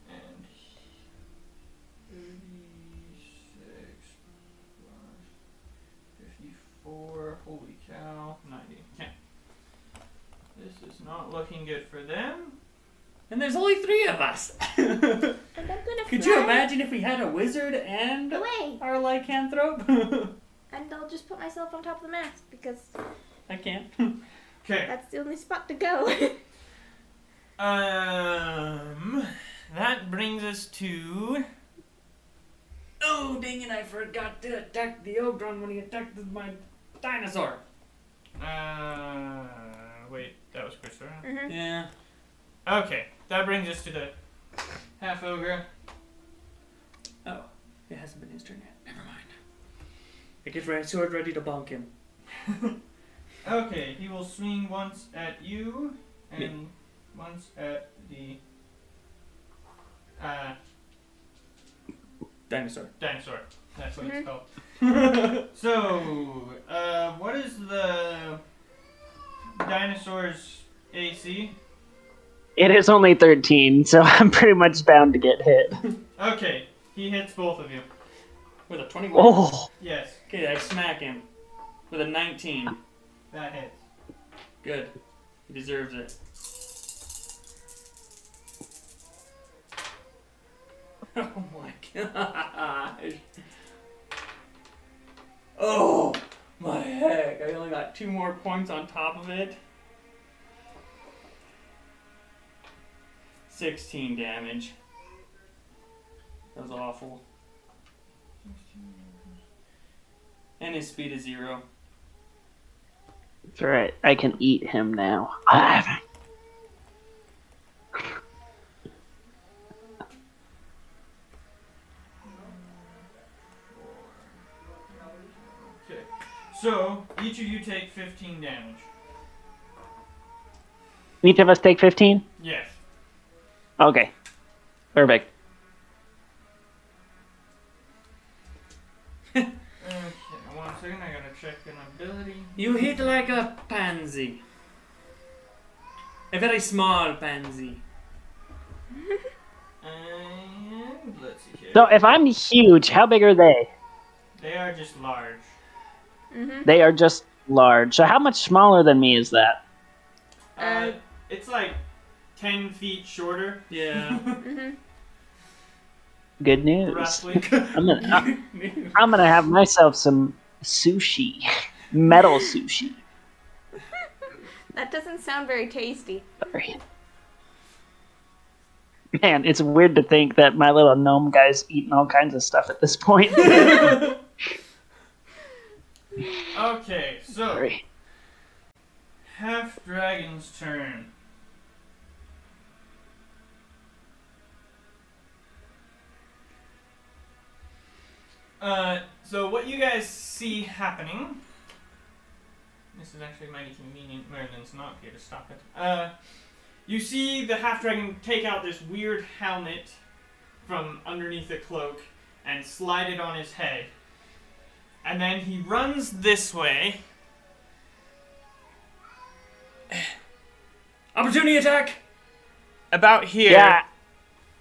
And. he- looking good for them.
And there's only three of us.
And I'm gonna
Could you imagine if we had a wizard and
Away,
our lycanthrope?
and I'll just put myself on top of the mask because
I can't.
Okay.
that's the only spot to go.
Um, that brings us to
Oh, dang it, I forgot to attack the Ogron when he attacked my dinosaur.
uh, wait, that was Christopher.
Mm-hmm,
Mhm.
Yeah.
Okay, that brings us to the half ogre.
Oh, it hasn't been his turn yet. Never mind. I get my sword ready to bonk him.
Okay, he will swing once at you and once at the uh,
Dinosaur.
dinosaur. That's what
Mhm.
it's called. So, uh, what is the dinosaur's AC?
It is only 13, so I'm pretty much bound to get hit.
Okay, he hits both of you.
With a 21.
Oh,
Yes,
Okay, I smack him. With a 19.
that hits.
Good. He deserves it. Oh my gosh. Oh my heck. I only got two more points on top of it. 16 damage. That was awful. And his speed is zero.
that's right. I can eat him now. Ah,
Okay. So, each of you take 15 damage.
Each of us take 15?
Yes.
Okay. Perfect.
Okay, one second, I gotta check an ability.
You hit like a pansy. A very small pansy.
And let's see here.
So if I'm huge, how big are they?
They are just large.
mm-hmm,
Mhm.
They are just large. So how much smaller than me is that?
Uh,
Uh,
it's like 10 feet shorter,
Yeah.
mm-hmm.
Mhm.
Good news.
roughly.
I'm gonna, uh, I- I'm gonna have myself some sushi, metal sushi.
That doesn't sound very tasty.
Sorry. Man, it's weird to think that my little gnome guy's eating all kinds of stuff at this point.
okay, so,
Sorry.
half dragon's turn. Uh, so what you guys see happening? This is actually mighty convenient. Merlin's not here to stop it. Uh, you see the half dragon take out this weird helmet from underneath the cloak and slide it on his head, and then he runs this way.
Opportunity attack!
About here.
Yeah,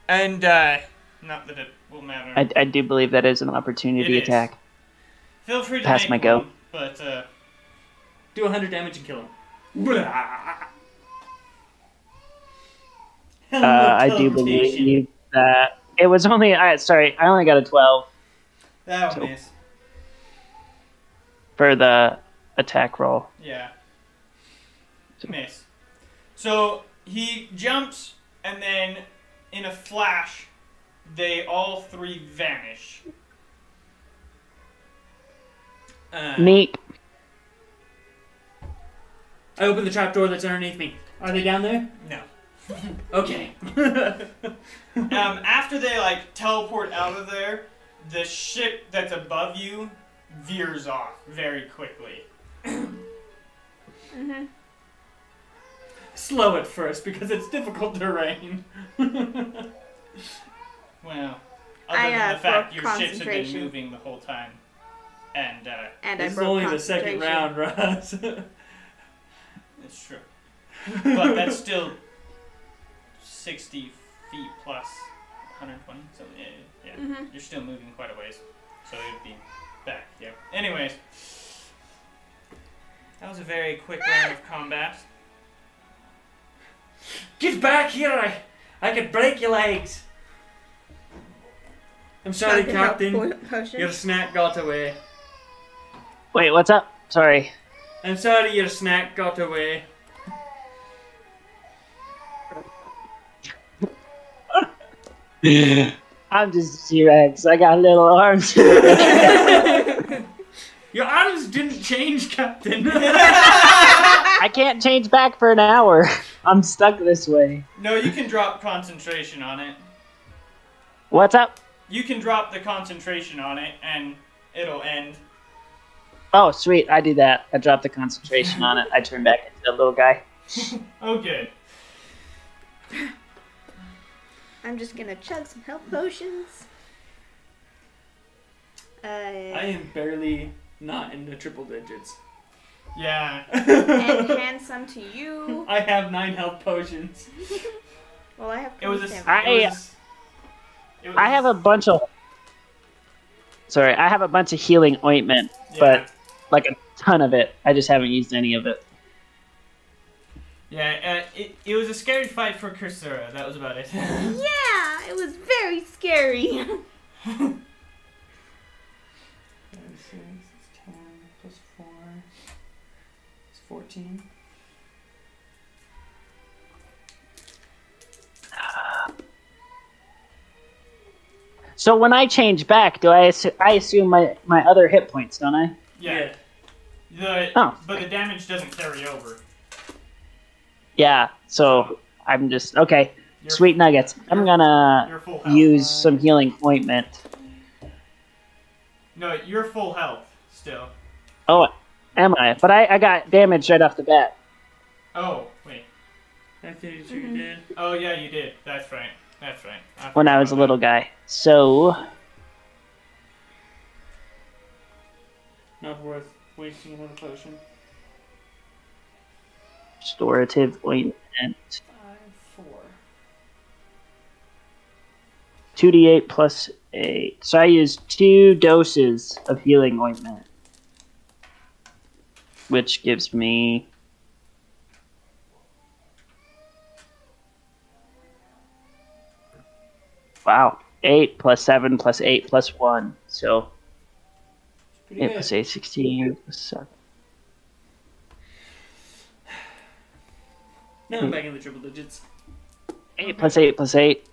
And, uh, not that it will matter.
I, I do believe that is an opportunity
It is.
attack.
Feel free to
Pass
make
my go.
one, but, uh,
Do 100 damage and kill him. Blah.
Uh, I do believe that it was only. I sorry, I only got a twelve
that'll
So-
miss.
for the attack roll.
Yeah. Miss. So, he jumps, and then, in a flash, they all three vanish. Uh,
Neat.
I open the trapdoor that's underneath me. Are they down there?
No.
Okay.
Um, after they, like, teleport out of there, the ship that's above you veers off very quickly.
Mhm.
Slow at first because it's difficult terrain.
Well, other
I,
than
uh,
the fact
broke
your ships have been
concentration.
moving the whole time, and uh,
And I
This is
broke
only the second
concentration.
round, Russ. but
it's true. But that's still sixty feet plus one hundred twenty. So yeah, yeah, yeah.
Mm-hmm.
Mhm.
you're still moving quite a ways. So it'd be back. Yeah. Anyways, that was a very quick round of combat.
Get back here! I, I could break your legs. I'm sorry,
Talking about
Captain.
po- potion.
Your snack got away.
Wait, what's up? Sorry.
I'm sorry, your snack got away.
I'm just T Rex. I got little arms.
Your arms didn't change, Captain.
I can't change back for an hour. I'm stuck this way.
No, you can drop concentration on it.
What's up?
You can drop the concentration on it, and it'll end.
Oh, sweet. I do that. I drop the concentration on it. I turn back into that little guy.
Oh, good.
I'm just gonna chug some health potions. Uh,
I am barely not in the triple digits.
Yeah.
and hand some to you.
I have nine health potions.
well, I have.
It was a.
poison
it
stamina.
I-
was- it was-
I have a bunch of. Sorry, I have a bunch of healing ointment,
yeah.
but like a ton of it. I just haven't used any of it.
Yeah, uh, it, it was a scary fight for Kursura. That was about it.
Yeah, it was very scary.
Six, ten, plus four. It's fourteen.
So when I change back, do I? Assu- I assume my my other hit points, don't I?
yeah. The,
Oh.
But the damage doesn't carry over.
Yeah. So I'm just okay.
You're-
Sweet nuggets. I'm gonna
You're full health.
use some healing ointment.
No, you're full health still.
Oh, am I? But I, I got damage right off the bat.
Oh, wait.
I think you sure did.
Oh, yeah, you did. That's right. That's right.
when I
forgot
was a
about
little guy. So
Not worth wasting another potion.
restorative ointment.
Five, four.
Two D eight plus eight. So I used two doses of healing ointment. Which gives me Wow. Eight plus seven plus eight plus one. So
Pretty
eight
good.
plus eight, sixteen plus seven.
Now I'm back in the triple digits.
Eight plus eight plus eight.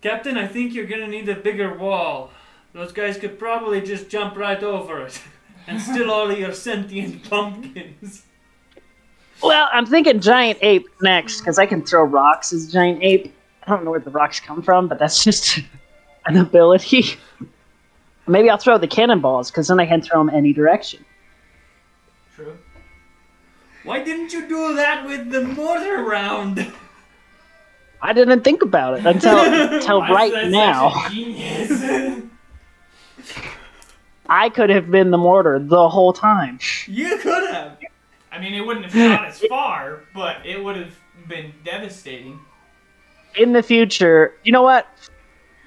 Captain, I think you're gonna need a bigger wall. Those guys could probably just jump right over it and steal all of your sentient pumpkins.
Well, I'm thinking giant ape next because I can throw rocks as a giant ape. I don't know where the rocks come from, but that's just an ability. Maybe I'll throw the cannonballs because then I can throw them any direction.
that. True.
Why didn't you do that with the mortar round?
I didn't think about it until until
Why is that
right
such
now.
a genius.
I could have been the mortar the whole time.
You could have.
I mean, it wouldn't have shot as far, but it would have been devastating.
In the future, you know what?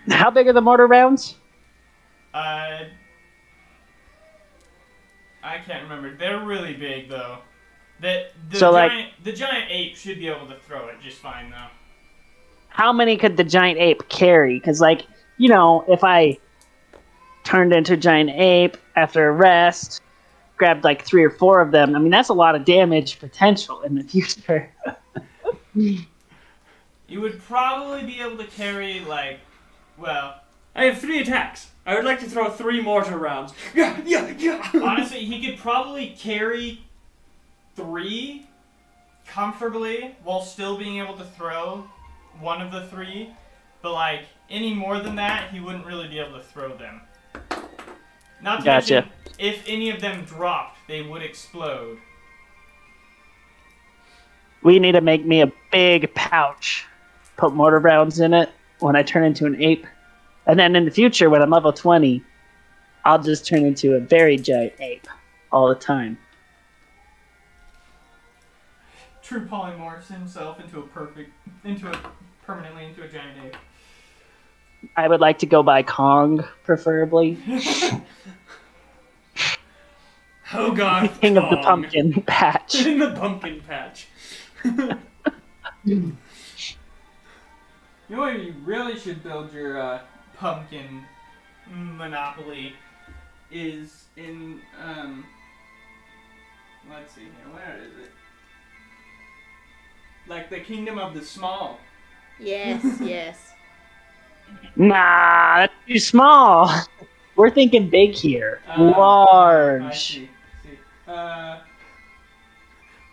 How big are the mortar rounds?
Uh, I can't remember. They're really big though. That the
So, like-
giant the giant ape should be able to throw it just fine though.
how many could the giant ape carry? Because, like, you know, if I turned into a giant ape after a rest, grabbed like three or four of them, I mean, that's a lot of damage potential in the future.
You would probably be able to carry like, well,
I have three attacks. I would like to throw three mortar rounds. Yeah, yeah, yeah.
honestly, he could probably carry three comfortably while still being able to throw one of the three. But like any more than that, he wouldn't really be able to throw them. Not to
Gotcha.
mention, if any of them dropped, they would explode.
We need to make me a big pouch, put mortar rounds in it when I turn into an ape. And then in the future, when I'm level 20, I'll just turn into a very giant ape all the time.
True polymorphs himself into a perfect, into a permanently into a giant ape.
I would like to go by Kong, preferably.
Oh Hogarth
King of the
Kong.
Pumpkin Patch.
in the pumpkin patch. you
You know what you really should build your uh, pumpkin monopoly is in um let's see here, where is it? Like the kingdom of the small.
Yes, yes.
Nah, that's too small. We're thinking big here.
Um, I
Large.
see. see. Uh,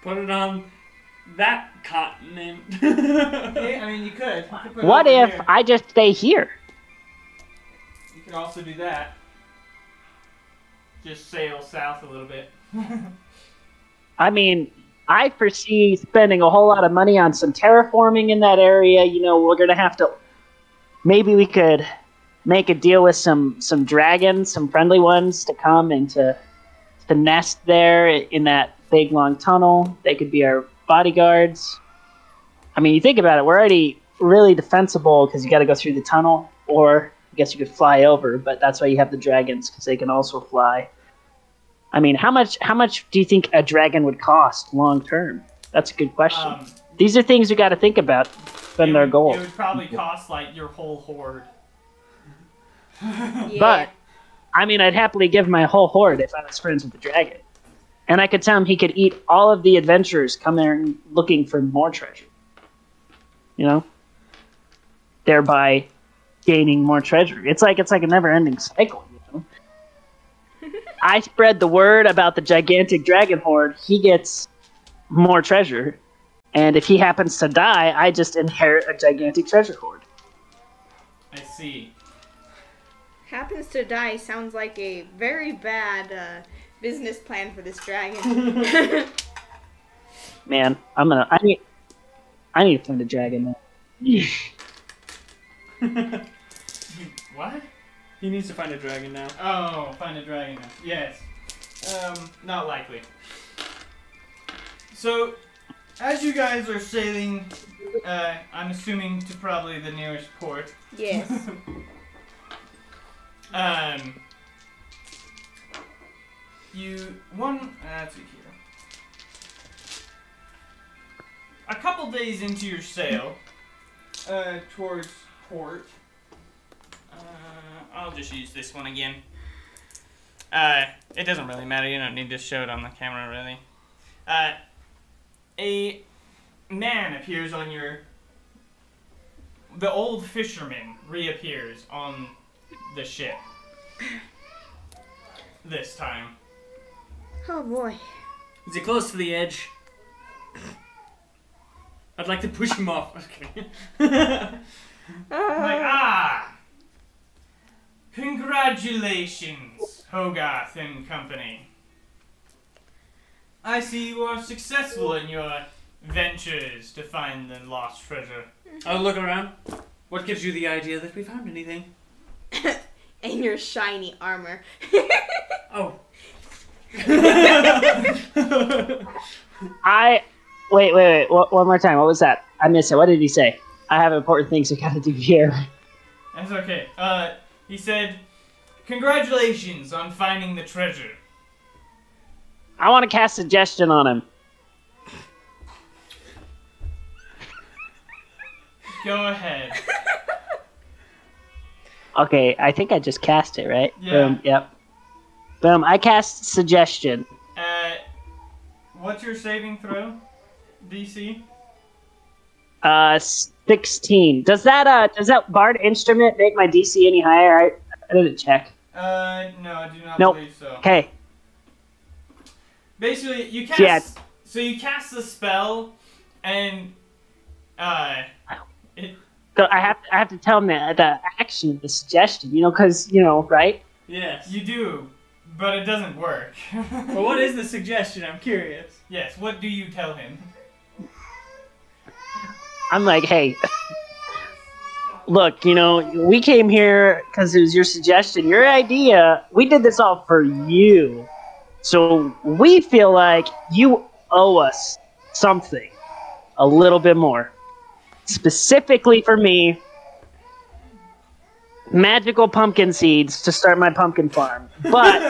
Put it on that continent.
yeah, I mean you could. You could put it
What
over
if
here.
I just stay here?
You could also do that. Just sail south a little bit.
I mean, I foresee spending a whole lot of money on some terraforming in that area. You know, we're gonna have to. Maybe we could make a deal with some some dragons, some friendly ones, to come and to to nest there in that big long tunnel. They could be our bodyguards. I mean, you think about it. We're already really defensible because you got to go through the tunnel, or I guess you could fly over. But that's why you have the dragons because they can also fly. I mean, how much how much do you think a dragon would cost long term? That's a good question.
Um,
These are things we got to think about when
it
they're
would-
gold.
It would probably cost like your whole horde.
Yeah.
But I mean, I'd happily give my whole horde if I was friends with the dragon, and I could tell him he could eat all of the adventurers coming looking for more treasure. You know, thereby gaining more treasure. It's like it's like a never-ending cycle. You know, I spread the word about the gigantic dragon horde. He gets more treasure, and if he happens to die, I just inherit a gigantic treasure hoard.
I see.
happens to die sounds like a very bad uh, business plan for this dragon.
Man, I'm gonna. I need. I need to find a dragon. Now.
What?
he needs to find a dragon now.
Oh, find a dragon. now. Yes. Um, not likely. So, as you guys are sailing, uh, I'm assuming to probably the nearest port.
yes.
um, you one. That's it here. A couple days into your sail, uh, towards port. Uh, I'll just use this one again. Uh, it doesn't really matter. You don't need to show it on the camera, really. Uh, a man appears on your. The old fisherman reappears on the ship. This time.
Oh boy.
Is he close to the edge? I'd like to push him off. Okay.
Uh.
I'm like, ah! Congratulations, Hogarth and company. I see you are successful in your ventures to find the lost treasure.
I'll look around. What gives you the idea that we found anything?
and your shiny armor.
Oh.
I wait, wait, wait. One one more time. What was that? I missed it. What did he say? I have important things we gotta do here.
That's okay. Uh, he said, Congratulations on finding the treasure.
I want to cast suggestion on him.
Go ahead.
Okay, I think I just cast it right.
Yeah.
Boom. Yep. Boom. I cast suggestion.
Uh, what's your saving throw, DC?
Uh, sixteen. Does that uh does that bard instrument make my DC any higher? I, I didn't check.
Uh, no, I do not
Nope.
believe so.
Okay.
Basically, you cast.
Yeah.
So you cast the spell, and uh,
So I have I have to tell him the the action, the suggestion. You know, because you know, right?
yes.
you do, but it doesn't work.
Well, what is the suggestion? I'm curious.
Yes. What do you tell him?
I'm like, hey, look, you know, we came here because it was your suggestion, your idea. We did this all for you. So we feel like you owe us something a little bit more. Specifically for me, magical pumpkin seeds to start my pumpkin farm. But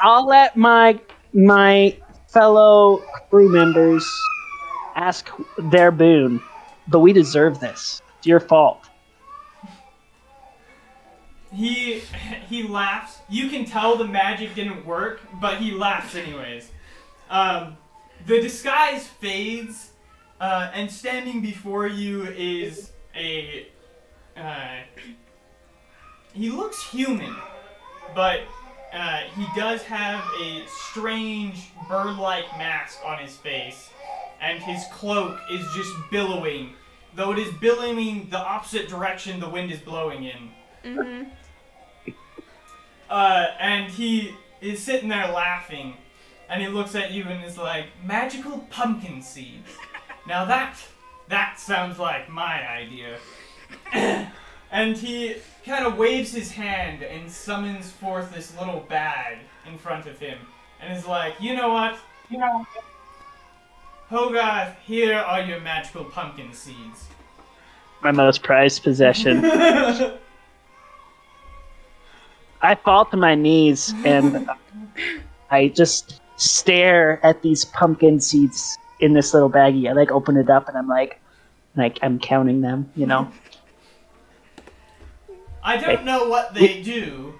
I'll let my my fellow crew members ask their boon, but we deserve this. It's your fault.
He he laughs. You can tell the magic didn't work, but he laughs anyways. Um, the disguise fades, uh, and standing before you is a. Uh, he looks human, but uh, he does have a strange bird-like mask on his face, and his cloak is just billowing, though it is billowing the opposite direction the wind is blowing in.
Mm-hmm.
Uh, and he is sitting there laughing, and he looks at you and is like, "Magical pumpkin seeds." now that that sounds like my idea. and he kind of waves his hand and summons forth this little bag in front of him, and is like, "You know what? You know." what? Hogarth, here are your magical pumpkin seeds.
My most prized possession. I fall to my knees and I just stare at these pumpkin seeds in this little baggie. I like open it up and I'm like, like I'm counting them, you know.
I don't know what they do,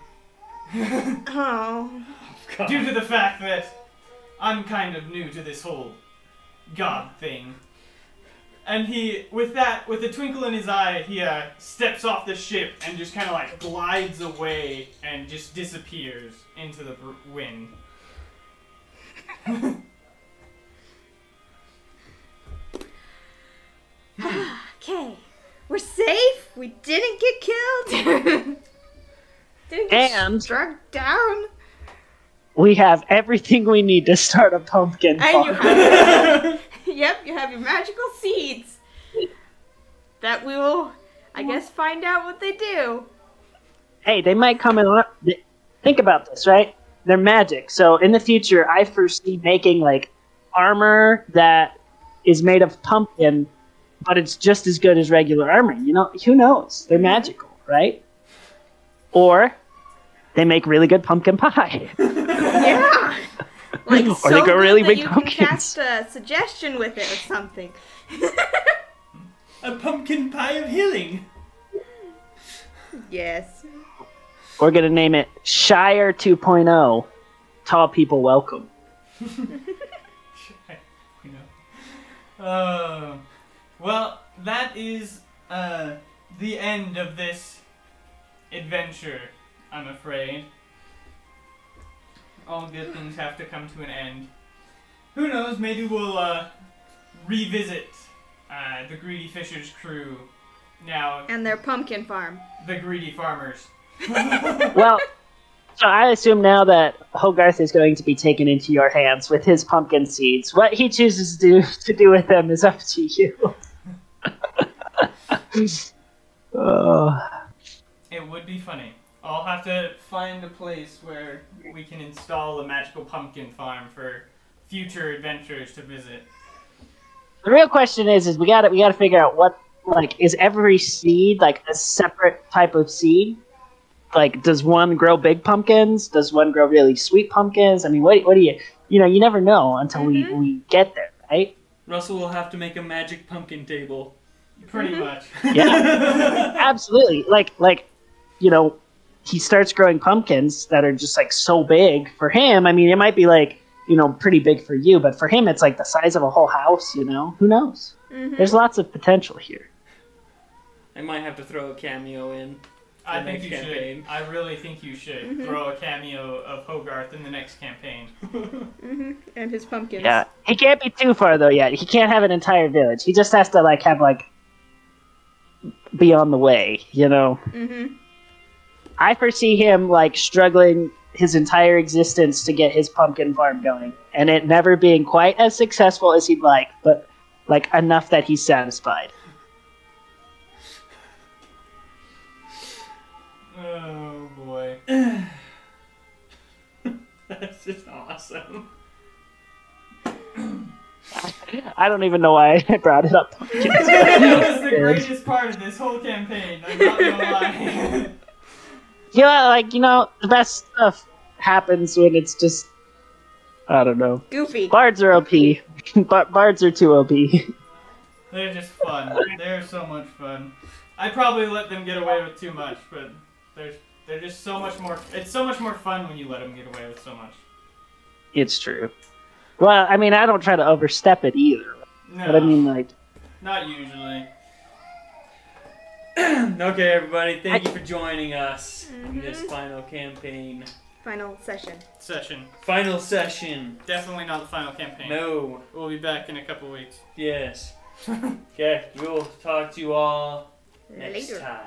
due
Oh.
God.
to the fact that I'm kind of new to this whole god thing. And he, with that, with a twinkle in his eye, he uh, steps off the ship and just kind of like glides away and just disappears into the br- wind.
Okay.
We're safe. We didn't get killed. didn't get
And-
struck down.
We have everything we need to start a pumpkin
And you
farm.
have, yep, you have your magical seeds that we will, I guess, find out what they do.
hey, they might come in. on- th- Think about this, right? They're magic. So in the future, I foresee making like armor that is made of pumpkin, but it's just as good as regular armor. You know, who knows? They're magical, right? Or they make really good pumpkin pie.
Yeah, like
Or
so
they go
good
really
that
big
you
pumpkins.
can cast a suggestion with it or something.
A pumpkin pie of healing.
yes.
We're gonna name it Shire 2.0. Tall people welcome.
you know. Uh, well, that is uh, the end of this adventure, I'm afraid. All good things have to come to an end. Who knows, maybe we'll uh, revisit uh, the Greedy Fisher's crew now,
And their pumpkin farm.
the Greedy Farmers.
Well, so I assume now that Hogarth is going to be taken into your hands with his pumpkin seeds. What he chooses to do, to do with them is up to you. Oh,
It would be funny. I'll have to find a place where we can install a magical pumpkin farm for future adventurers to visit.
the real question is: is we got to we got to figure out what like is every seed like a separate type of seed? Like, does one grow big pumpkins? Does one grow really sweet pumpkins? I mean, what what do you you know? You never know until we we get there, right?
Russell will have to make a magic pumpkin table.
Pretty much.
Yeah. absolutely like like you know he starts growing pumpkins that are just like so big for him i mean it might be like you know pretty big for you but for him it's like the size of a whole house you know who knows
Mm-hmm.
there's lots of potential here
I might have to throw a cameo in.
I
The
think
next
you
campaign.
should. I really think you should throw a cameo of Hogarth in the next campaign.
Mm-hmm. And his pumpkins.
yeah he can't be too far though yet he can't have an entire village he just has to like have like be on the way you know
Mm-hmm.
i foresee him like struggling his entire existence to get his pumpkin farm going and it never being quite as successful as he'd like but like enough that he's satisfied
Oh boy.
That's just awesome.
I don't even know why I brought it up.
that was the greatest part of this whole campaign. I'm not gonna lie.
yeah, like you know, the best stuff happens when it's just I don't know.
Goofy.
Bards are OP. Bar- bards are too OP.
They're just fun. they're so much fun. I probably let them get away with too much, but they're they're just so much more. It's so much more fun when you let them get away with so much.
It's true. Well, I mean, I don't try to overstep it either.
No,
But I mean, like,
not usually.
okay, everybody, thank you for joining us in this final campaign.
Final session.
Session
Final session.
definitely not the final campaign.
No.
We'll be back in a couple weeks.
Yes. Okay, we will talk to you all next
Later.
time.